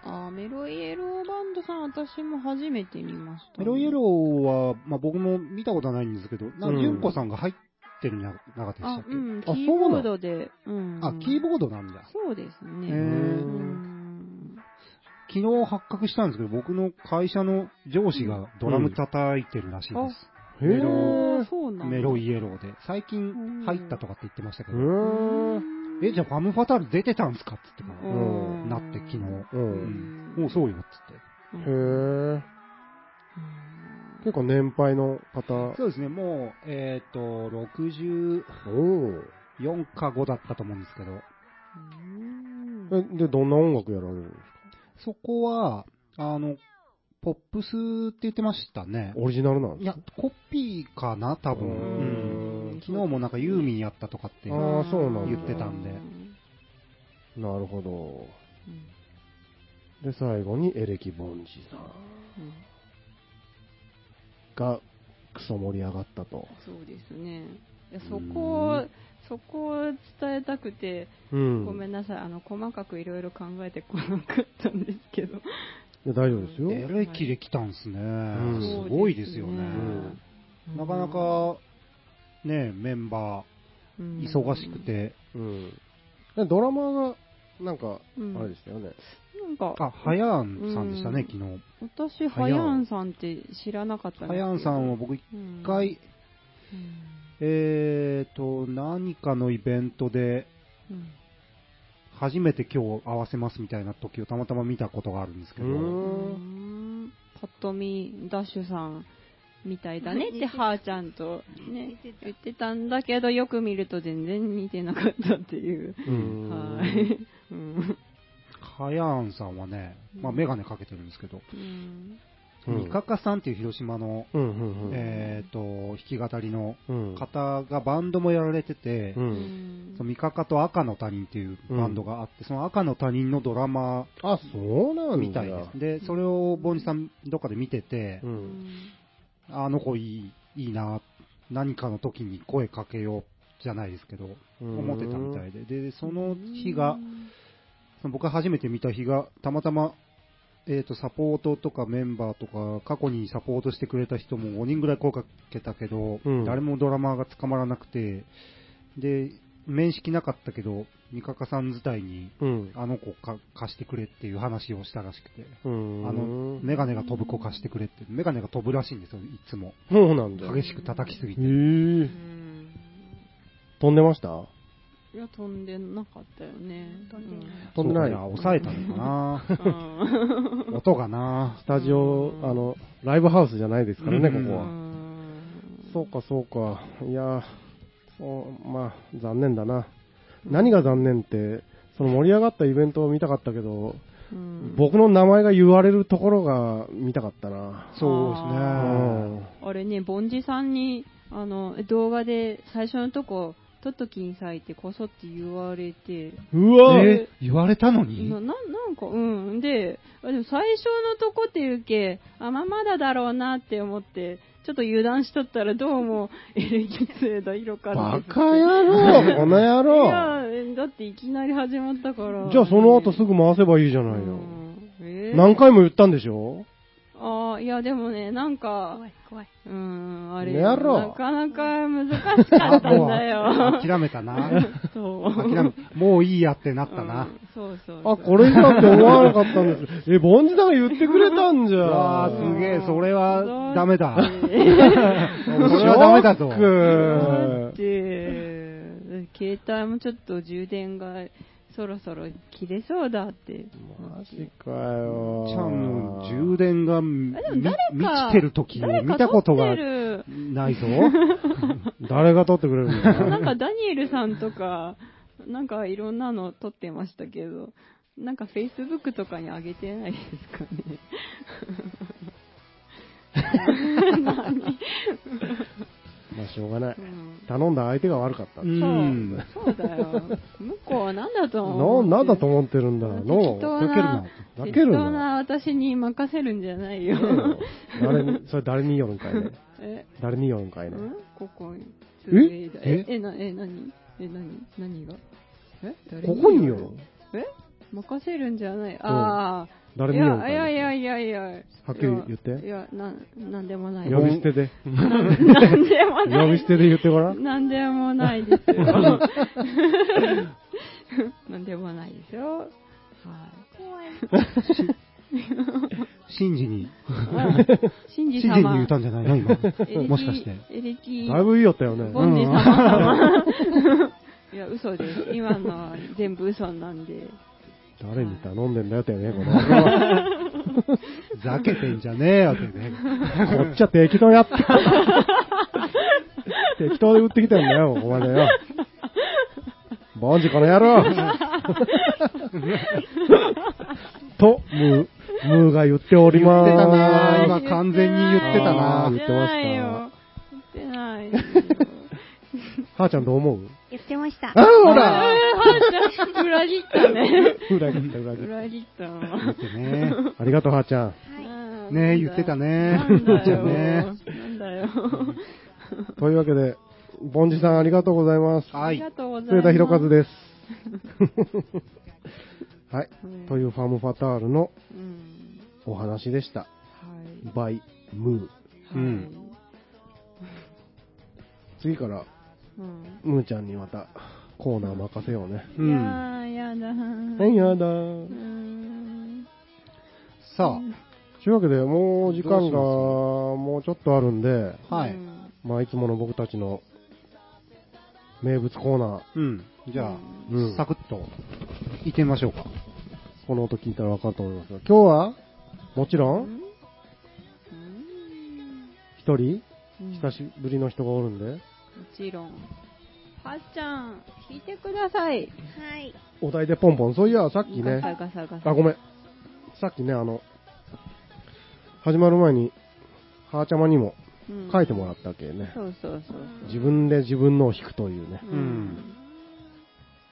あーメロイエローバンドさん、私も初めて見ました、
メロイエローは、まあ、僕も見たことはないんですけど、なん
う
か、
ん
純子さんが入っってるんじゃなかったでした
あ
っ、け
うん、キ
あそうなの
ーボードで。うん。
あ、キーボードなんだ。
そうですね。
へー
うん
昨日発覚したんですけど、僕の会社の上司がドラム叩いてるらしいです。
へ
メロ
おーそうなんだ
メロイエローで。最
うん
近入ったとかって言ってましたけ
う
ど、
ん。
え、じゃあファムファタール出てたんですかっつってから、
ん
なって昨日。
う。
うんんもうそうよっつって。
う
へ
ん
え。結構年配の方。
そうですね、もう、えっ、と、64
お
か5だったと思うんですけど、
うん
お。え、で、どんな音楽やられるんですか
そこは、あの、ポップスって言ってましたね。
オリジナルなん
い
です
や、コピーかな、多分。
う
うん
ん
昨日もなんかユーミンやったとかって
あ。ーそうなんだ
言ってたんで
かなるほど。
うん
で、最後にエレキ・ボンジさん
うん
がクソ盛り上がったと。
そうですね。いやそこを
うん、
そこを伝えたくて、
うん。
ごめ
い
んなさい、あの、細かくいろいろ考えてこなかったんですけど。
や大丈夫ですよ。
エレキで来たんすね。
ん
すごいですよね。
ん
なかな、か、ね、メンバー、忙しく。て、
うん。でドラマーが、なんか、
うん
あれでしたよね。
なんか、
あ、ハヤーンさんでしたね、
う
昨日。
私、
は
ハ
やん
ヤンさんって知らなかった
ハヤーンさんは僕一
一
回、、えーと、何かのイベントで、
うん
初めて今日合わせますみたいな時をたまたま見たことがあるんですけど、
うん
うんパッと見、ダッシュさんみたいだねって、はーちゃんと、ね
似て、た
言ってたんだけど、よく見ると全然似てなかったっていう。
うん
はい。うん
ハヤーンさんはね、まあメガネかけてるんですけど、
う
う
ん
ん
ミカカさんっていう広島の、
うんうんうん。
えーと、弾き語りの
うん
方がバンドもやられてて、
うん。
そのミカカと赤の他人っていうバンドがあって、その赤の他人のドラマ
あ、そうなんだ。
みたいです。で、それをボンジさんどっかで見てて、
う。
うんん
あの子いい、いいな、何かの時に声かけようじゃないですけど、
うん
思ってたみたいで。で、その日が、その僕が初めて見た日が、たまたま、えっ、と、サポートとかメンバーとか、過去にサポートしてくれた人も5人ぐらい声かけたけど、
うん
誰もドラマーが捕まらなくて、で、面識なかったけど、三カさん自体に、
うん。
あの子か貸してくれっていう話をしたらしくて、
うん
あの、メガネが飛ぶ子貸してくれって、メガネが飛ぶらしいんですよ、いつも。
そうなんだ。
激しく叩きすぎて。
へえ。
うん
飛んでました
いや、飛んでなかったよね。
飛んでない
飛んでない
そうか抑えたのかな
うん
音がな
スタジオ、あの、ライブハウスじゃないですからね、
うん
ここ
う
は。
ん
そうか、そうか。いやーそう、まあ、残念だな。何が残念って、その盛り上がったイベントを見たかったけど、
うん
僕の名前が言われるところが見たかったな。
そうです
う
あ
ね。
ん。
あれね、ボンジさんに、あの、動画で最初のとこ、撮っときんさいってこそって言われて、
うわー
え、言われたのに
な、ななんか、うん。で、あでも最初のとこっていうけ、あ、まあ、まだだろうなって思って、ちょっと油断しとったらどうも、 エレキ強いだ、色か
バ
ら。
カ野郎、この野
い
郎。
や、えだっていきなり始まったから。
じゃあその後す
ぐ
ぐ回せばいいじゃないよ。
よ
何回も言ったんでしょ
ああ、いや、でもね、なんか
怖、い怖い。
うーん、あれ、
やろ
なかなか難しかったんだよ。
諦めたな。
そう。
諦め、もういいやってなった
う
な。
んそうそうそう。
あ、これじゃって思わなかったん です。え、ボンジさんが言ってくれたんじ
う
ゃ。
わ
ー
ーすげえ、それはダメだ。そ
こ
れはダメだぞ。
だって、携帯もちょっと充電がそろそろ切れそうだって。
マジかよ。
ちゃん、充電がみ
えで
満
も
ちてる時を見たことが
誰か撮ってる
ない ぞ。
誰が撮ってくれるんだよ
なんかダニエルさんとか、なんかいろんなの撮ってましたけど、なんか Facebook とかに上げてないですかね。
まあ、しょうがない。
うん
頼んだ相手が悪かった。
う
な、
ん。
そうそうだよ。向こうは何だと思う
なんだと思ってるんだ
適
の
当
ふざけるな
な、
ふざ
適
ける
当
な
な私に任せるんじゃないよ。
誰に、それ誰によるんかいね。
え、
誰によるんかいね。
んここ、
え
え、え、な、え、何え、何何がえ誰
ここによる
え任せるんじゃないああ、
誰
い
見よう
や
か
いやいやいやいや。は
っきり言って
いや、なん、なんでもない。
呼び捨てで。
なんでもない。
呼び捨てで言ってごらん。
なんでもないです よ。なんでもないですよ。 はい。
怖い。
シンジに、
シ
シ
ン
ン
ジ
ジ
様。
に言ったんじゃないの今
エレ。キ
もしかして。
エレキ。
だいぶいいよったよね。
ボンジ様様。いや、嘘です。今のは全部嘘なんで。
誰に頼んでんだよってね、 これ。
ざけてんじゃねえよって ね。
こっちは適当やった。 適当で打ってきてんだよ、お前だよ。ボンジこの野 郎と、ムー、ムーが言っておりま
言ってた
ー
な
す。
今完全に言ってたな
あー言っ
言ってて
まし
ない
た
よ。言ってないよ。
はーちゃんどう思う
言ってました。
あーほ
えー、
ら
はーちゃん、裏切った ね。
裏切った裏切っ
裏切ったわ。
言ってね。
た。ありがとう、はーちゃん。
は
ねえ言ってたね
なんだよ。
ね
なんだよ。
というわけで、ボンジさんありがとうございます。
あ
は
り
い
が。とうございま
末
す。
田博和です。 はい。
うん
というファム・ファタールの
うん。
お話でした。
はい。
バイ・ムー。
う
うんん。
次から、
うん。
ムーちゃんにまたコーナー任せようね。
う
いや
ん。
ー、やだ
えん
ー。
やだ
う
ー
ーん。
さ
というわけで、もう時間
どうし
がもうちょっとあるんで、
あ、は
う
い。
ん
まあいつもの僕たちの名物コーナ
うん。じゃあ、
うん
サクッと、行ってみましょうか。
ー、この音聞いたらわかると思いますが、今日は、もちろ、
うんんうん
一人、
うん
久しぶりの人がおるんで、
もちろん。はっちゃん、聞いてください。
はい。
お題でポンポン。そういや、さっき
ガサ
ね、
ガサガサ。
あ、ごめん。さっきね、あの、始まる前に、はーちゃまにも
うん
書いてもらったっけね。
そうそうそうそう。
自分で自分のを引くというね。
うん。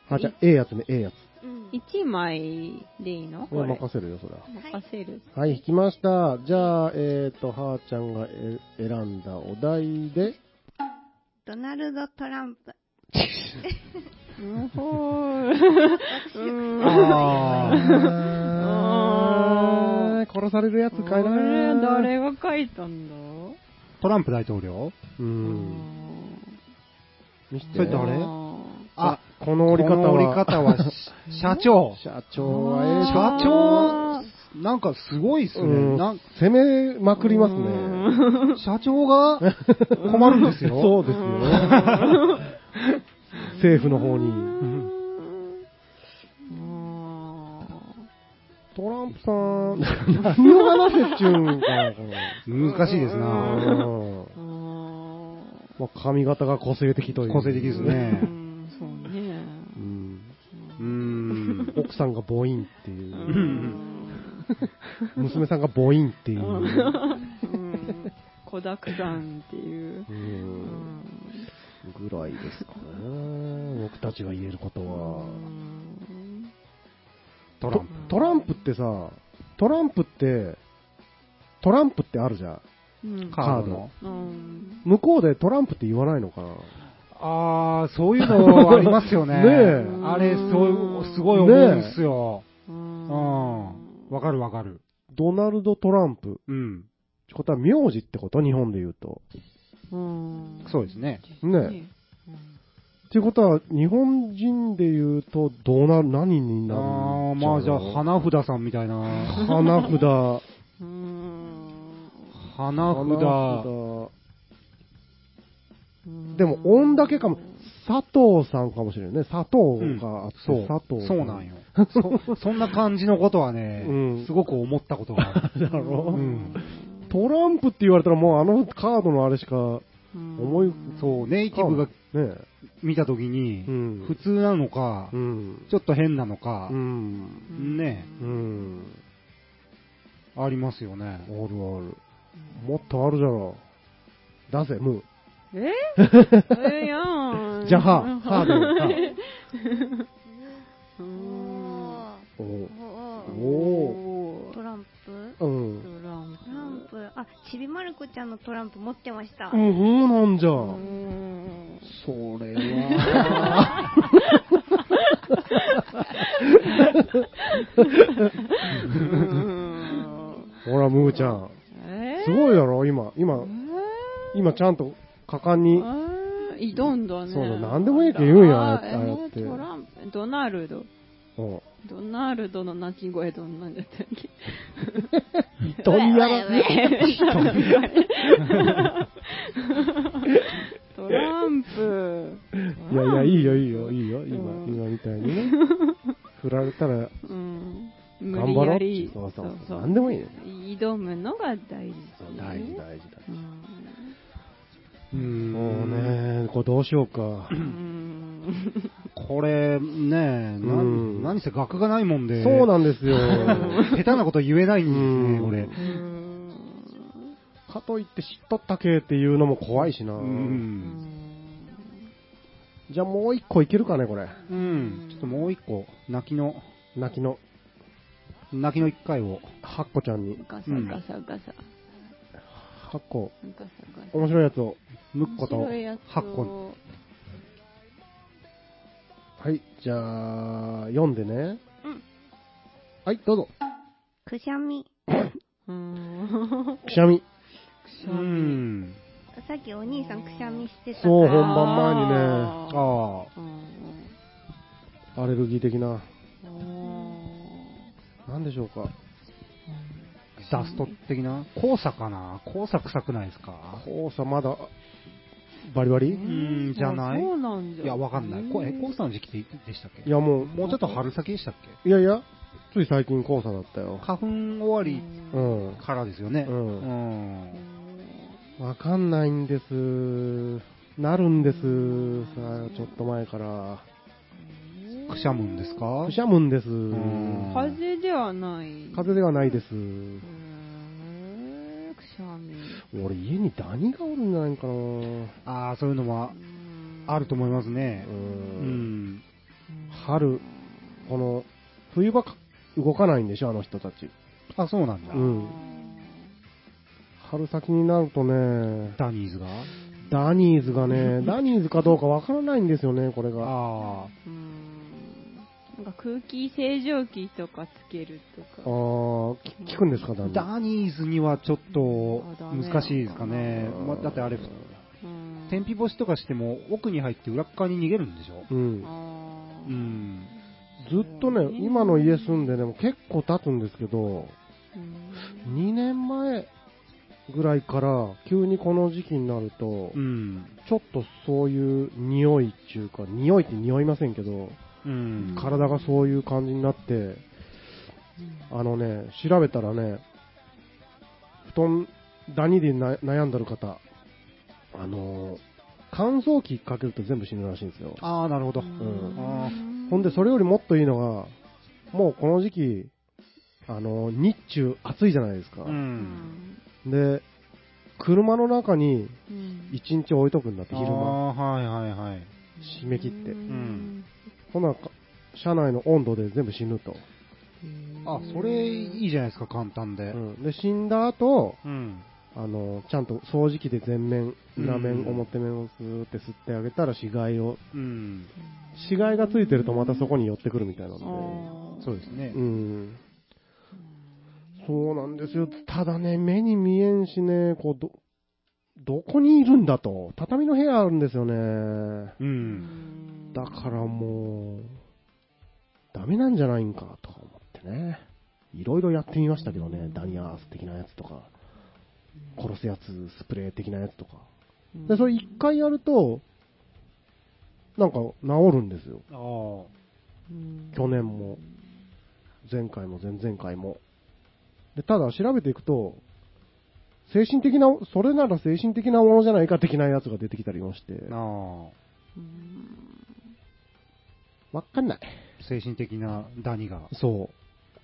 はーちゃん、ええやつね、ええやつ。
うん。
一枚でいいのこ
俺
れ。
任せるよ、それは。
任せる。
はい、引きました。じゃあ、えっ、ー、と、はーちゃんがえ選んだお題で、
ドナルド・トランプ。
うんほ ー。うん
あ
あー殺されるやつかいなー
これ誰が書いたんだ
ートランプ大統領
う。
うん
見せて
それ誰
あ、この折り方は。
この折り方は、し社長。
社長はええ
社長なんかすごいっす
うん
ね。なん
攻めまくりますね。
社長が困るんです よ。
そうですよ。 政府の方に。トランプさん、何を話せっちゅうんかな、これ。
難しいですな
うんまあ、髪型が個性的という。
個性的ですね
そうね。
うん。
うーん。
奥さんがボインっていうう。
ん
娘さんがボインっていう。
うん子だくさんっていう
う。。
うんん
ぐらいですかね。僕たちが言えることは。
うん
ト
ト
ラ
ラン
ン
プトランプってさ、トランプって、トランプってあるじゃん。
うん
プ。カードの。
うん
向こうでトランプって言わないのかな
あー、そういうのありますよ ね。
ねえ
あれ、そう、すごい思うんですよ。
うん
うん。わかるわかる。
ドナルド・トランプ。っ
うん。
てことは名字ってこと日本で言うと。
うん
そうですね。
ね。っていうことは、日本人で言うと、どうなる、何に
あ
なる
ー、
んちうの
まあじゃあ、花札さんみたいな。
花札。花
うん
花札。
うん
でも、音だけかも。佐藤さんかもしれんね。佐藤があって、
そう。
佐藤さ。
そう なんよ。そ、そんな感じのことはね、
うん
すごく思ったことがあ る。
だろ、
うん
トランプって言われたらもうあのカードのあれしか思い、
そう、ネイティブが
ねえ。
見たときに、
うん
普通なのか、
うん。
ちょっと変なのか
う、ん。
ん
ね
うん。
ありますよね
あ。るある。もっとあるじゃろ。出せ、ム
えええやん
ー。じゃは、ハードよハ
う
お
ー
ん
ー
おう
お
お
お
ートランプ
う。うん。
トラン
トランプ。あ、ちびまる子ちゃんのトランプ持ってました。
うん、そうなんじゃ。
プうん
それは。
うん
ほら、ムーちゃん。
え
すごいだろ、今。今、
え
今ちゃんと果敢に。
ー、挑んだね。
そうだ何でもいいって言うんや
あ
ああやって
えートランプ、ドナルド。
うん
ドナルドの鳴き声どんなんだったっけ
どんやら
トランプ。
いやいや、いいよ、いいよ、いいよ、
う
今、
ん
今みたいに ね。振られたら、
うん。
頑張ろう
無
って
理
い
や
う。
り
そうそうそ
そ
うう。
そ
なんでもいいね。
う挑むのが大事、
そう大事、大事、大事。
う
そ
ん
うね、これどうしようか。
うんうん。
これね、な
うん
ん何せ額がないもんで、
そうなんですよ。
下手なこと言えないんです
うん
ね、俺。
うん
かといって知っとったけっていうのも怖いしな。
うん。
じゃあもう一個いけるかね、これ。
うん。ちょっともう一個、泣きの、
泣きの、
泣きの一回を。
はっこちゃんに。
ガサガサガサ。
はっこ、
ガサガサ。
面白いやつを。
むっこと、
面白いや
は
つを
っこ。
はい、じゃあ、読んでね。
うん
はい、どうぞ。
くしゃみ。
うん。
くしゃみ。
くし
う
ゃみ。
ん。
さっきお兄さんくしゃみしてたか
そう、
ら。
本番前にね、
あ
あー
あ。
うん
アレルギー的な。
うん
なんでしょうか。
ダスト的な黄砂かな黄砂臭くないですか
黄砂まだ、バリバリ、
う
う
ーんじゃない
あそうなんじゃ。
いや、わかんない。こえ、
うん
黄砂の時期ででしたっけ
いや、もう、
もうちょっと春先でしたっけ
いやいや、つい最近黄砂だったよ。
花粉終わり
うん。
からですよね。。
う
うんん
わかんないんです。なるんです。さあ、ちょっと前から。
くしゃむんですか
くしゃむんです。
ん
風邪ではない。
風邪ではないです。
うんくしゃみ。
俺、家にダニがおるんじゃないかな。うん
ああ、そういうのは
うん
あると思いますね。う。ん。
春、この、冬場か動かないんでしょ、あの人たち。
あ、そうなんだ
う。ん。春先になるとね、
ダニーズが
ダニーズが ね、ダニーズかどうかわからないんですよね、これが。
ああ。
うんなんか空気清浄機とかつけると
あ
か。
ー、き聞くんですか、ダニーズ。
ダニーズにはちょっと難しいですかね
う。ん
まあだってあれ、
うん
天日干しとかしても奥に入って裏っ側に逃げるんでしょ
うん。
あー
うん。
ずっとね、今の家住んでね、もう結構経つんですけど、
うん
2年前ぐらいから、急にこの時期になると、
うん。
ちょっとそういう匂いっていうか、匂いって匂いませんけど、
うん。
体がそういう感じになって、あのね、調べたらね、布団、ダニでな悩んだる方、あのー、乾燥機かけると全部死ぬらしいんですよ。
ああ、なるほど。
ん
あ
ほんで、それよりもっといいのが、もうこの時期、あのー、日中暑いじゃないですか。
うん。
で、車の中に
うん
1日置いとくんだって、
あ
昼間。
あ、はいはいはい。
締め切って
ん
ほな、か車内の温度で全部死ぬと。
あ、それいいじゃないですか、簡単で
う。んで、死んだ後、
うん。
あのちゃんと掃除機で全面、裏面、
うん
表面をスーって吸ってあげたら死骸を、
うん。
死骸がついてるとまたそこに寄ってくるみたいなの
あー
そうですね
で、う。ん、そうなんですよ、ただね、目に見えんしね、こうどどこにいるんだと、畳の部屋あるんですよね、
うん。
だからもう、ダメなんじゃないんかとか思ってね、いろいろやってみましたけどね、ダニアース的なやつとか、殺すやつ、スプレー的なやつとか。
うん
で、それ一回やると、なんか治るんですよ。
ああ。
うん
去年も、前回も前々回も。で、ただ調べていくと、精神的な、それなら精神的なものじゃないか的なやつが出てきたりもして、
なあ。
うん
わかんない。
精神的なダニ が。
そう。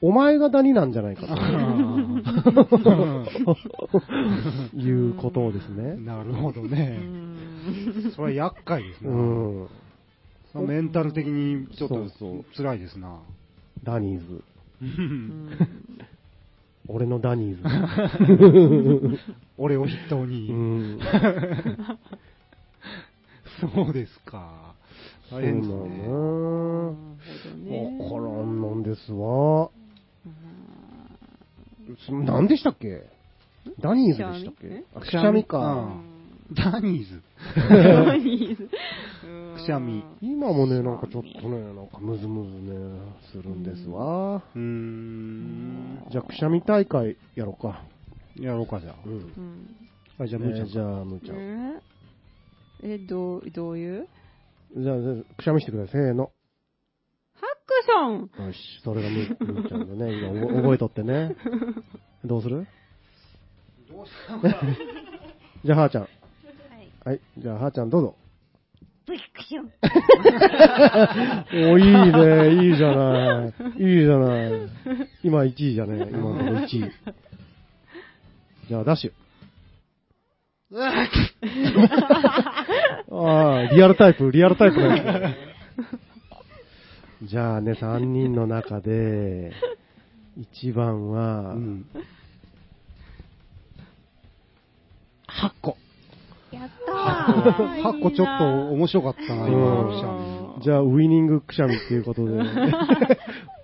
お前がダニなんじゃない かということをですね。
なるほど
う
ね。
ん
それは厄介です
う
ね。
ん。
メンタル的にちょっ
そう
と辛いですな。
ダニーズ。
うん
俺のダニーズ。
俺を筆頭
う
に。
ん。
そうですか。
そう
大
なん
変
だ
です
な
ね。
なるほどね
わからんなんですわ。何でしたっけダニーズでしたっけあくしゃみ
う
か。
ん
ダニーズ。く
く
しゃみ
今もね、なんかちょっとね、なんかムズムズね、するんですわ。
うーん。
じゃあ、くしゃみ大会やろうか。
やろうか、じゃあ。
うん。
はい、じゃあ、むーちゃん。
じゃあ、むーちゃん。
え、どう、どういう
じゃあ、じゃあくしゃみしてください。せーの。
ハックション
よし、それがむーむーちゃんのね、今覚覚えとってね。どうする
どうした のか。
じゃあ、はーちゃん。
い。
はい、じゃあ、はーちゃんどうぞ。
ブリックション。
お、いいね、いいじゃない。いいじゃない。今1位じゃね、今のとこ1位。じゃあ、ダッシュ。ああ、リアルタイプ、リアルタイプだよじゃあね、3人の中で、1番は、
うん。
8個。
やった ー。
8個ちょっと面白かったな、今のくしゃみ。
じゃあ、ウィニングくしゃみっていうことで、もう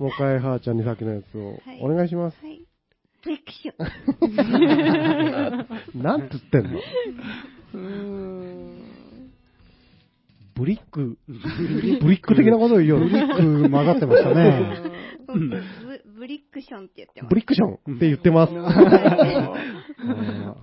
一回、はーちゃんにさっきのやつを、
はい
お願いします。
はい。ブリックション。
なんつってんの
うーん。
ブリッ ク、ブリック的なことを言うよ。ブリッ
うん混ざってましたね。
ブブリックションって言ってます。
ブリックションって言ってます。あー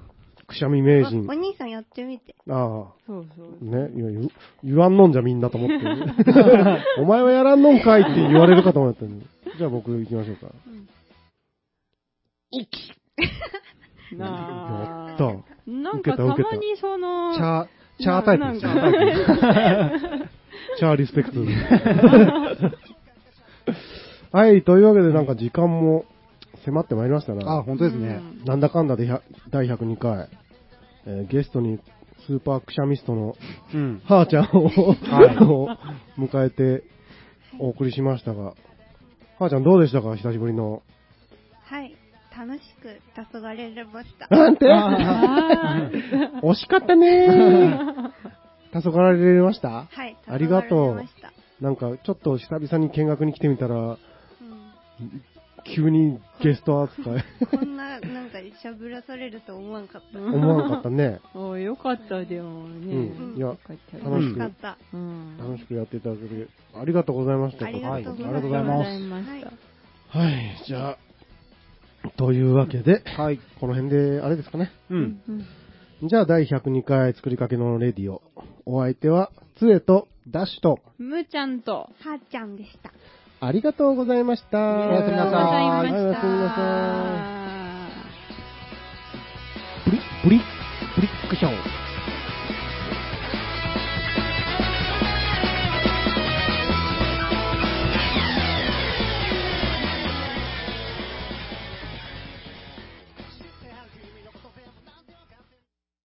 くしゃみ名人
おお。兄さんやってみて。
ああ、
そうそう。
ね、いや言う言わんのんじゃみんなと思ってる。 お前はやらんのんかいって言われるかと思ったのにじゃあ僕行きましょうか。
な
や
あ
っ。た。
なんかたまにその、
チャー、チャータイプです。チャータイプ。
チャーリスペクト。 はい、というわけでなんか時間も迫ってまいりましたな。
あ、本当ですね。
なんだかんだで100第102回、えーゲストにスーパークシャミストの
うん。
はーちゃんを、
は
迎えてお送りしましたが、はーちゃんどうでしたか久しぶりの。
はい。楽しく黄昏れました。
なんて
あー
惜しかったねー。黄昏れました
はい。
ありがとう
黄昏れました
なんかちょっと久々に見学に来てみたら、
うん
急にゲスト扱い。
こんな、なんか、しゃぶらされると思わんかった。。
思わなかったね。
おーよかったでもね
うんいや
よかった
楽し
よ
く
かった。
うん
楽しくやっていただけて、ありがとうございました。
ありがとうござい
はいあり
ます
がとうございます
ありがとうございました
はい
はい、じゃあ、というわけで、
はい。
この辺で、あれですかね。
うん。
うん
じゃあ、第102回作りかけのレディオ。お相手は、つえと、ダッシュと、
むーちゃんと、
はーちゃんでした。
ありがとうございました。
お
お
やすみなさい
おやすみなさ
い。
い。ブリ、ブリ、ブリックション。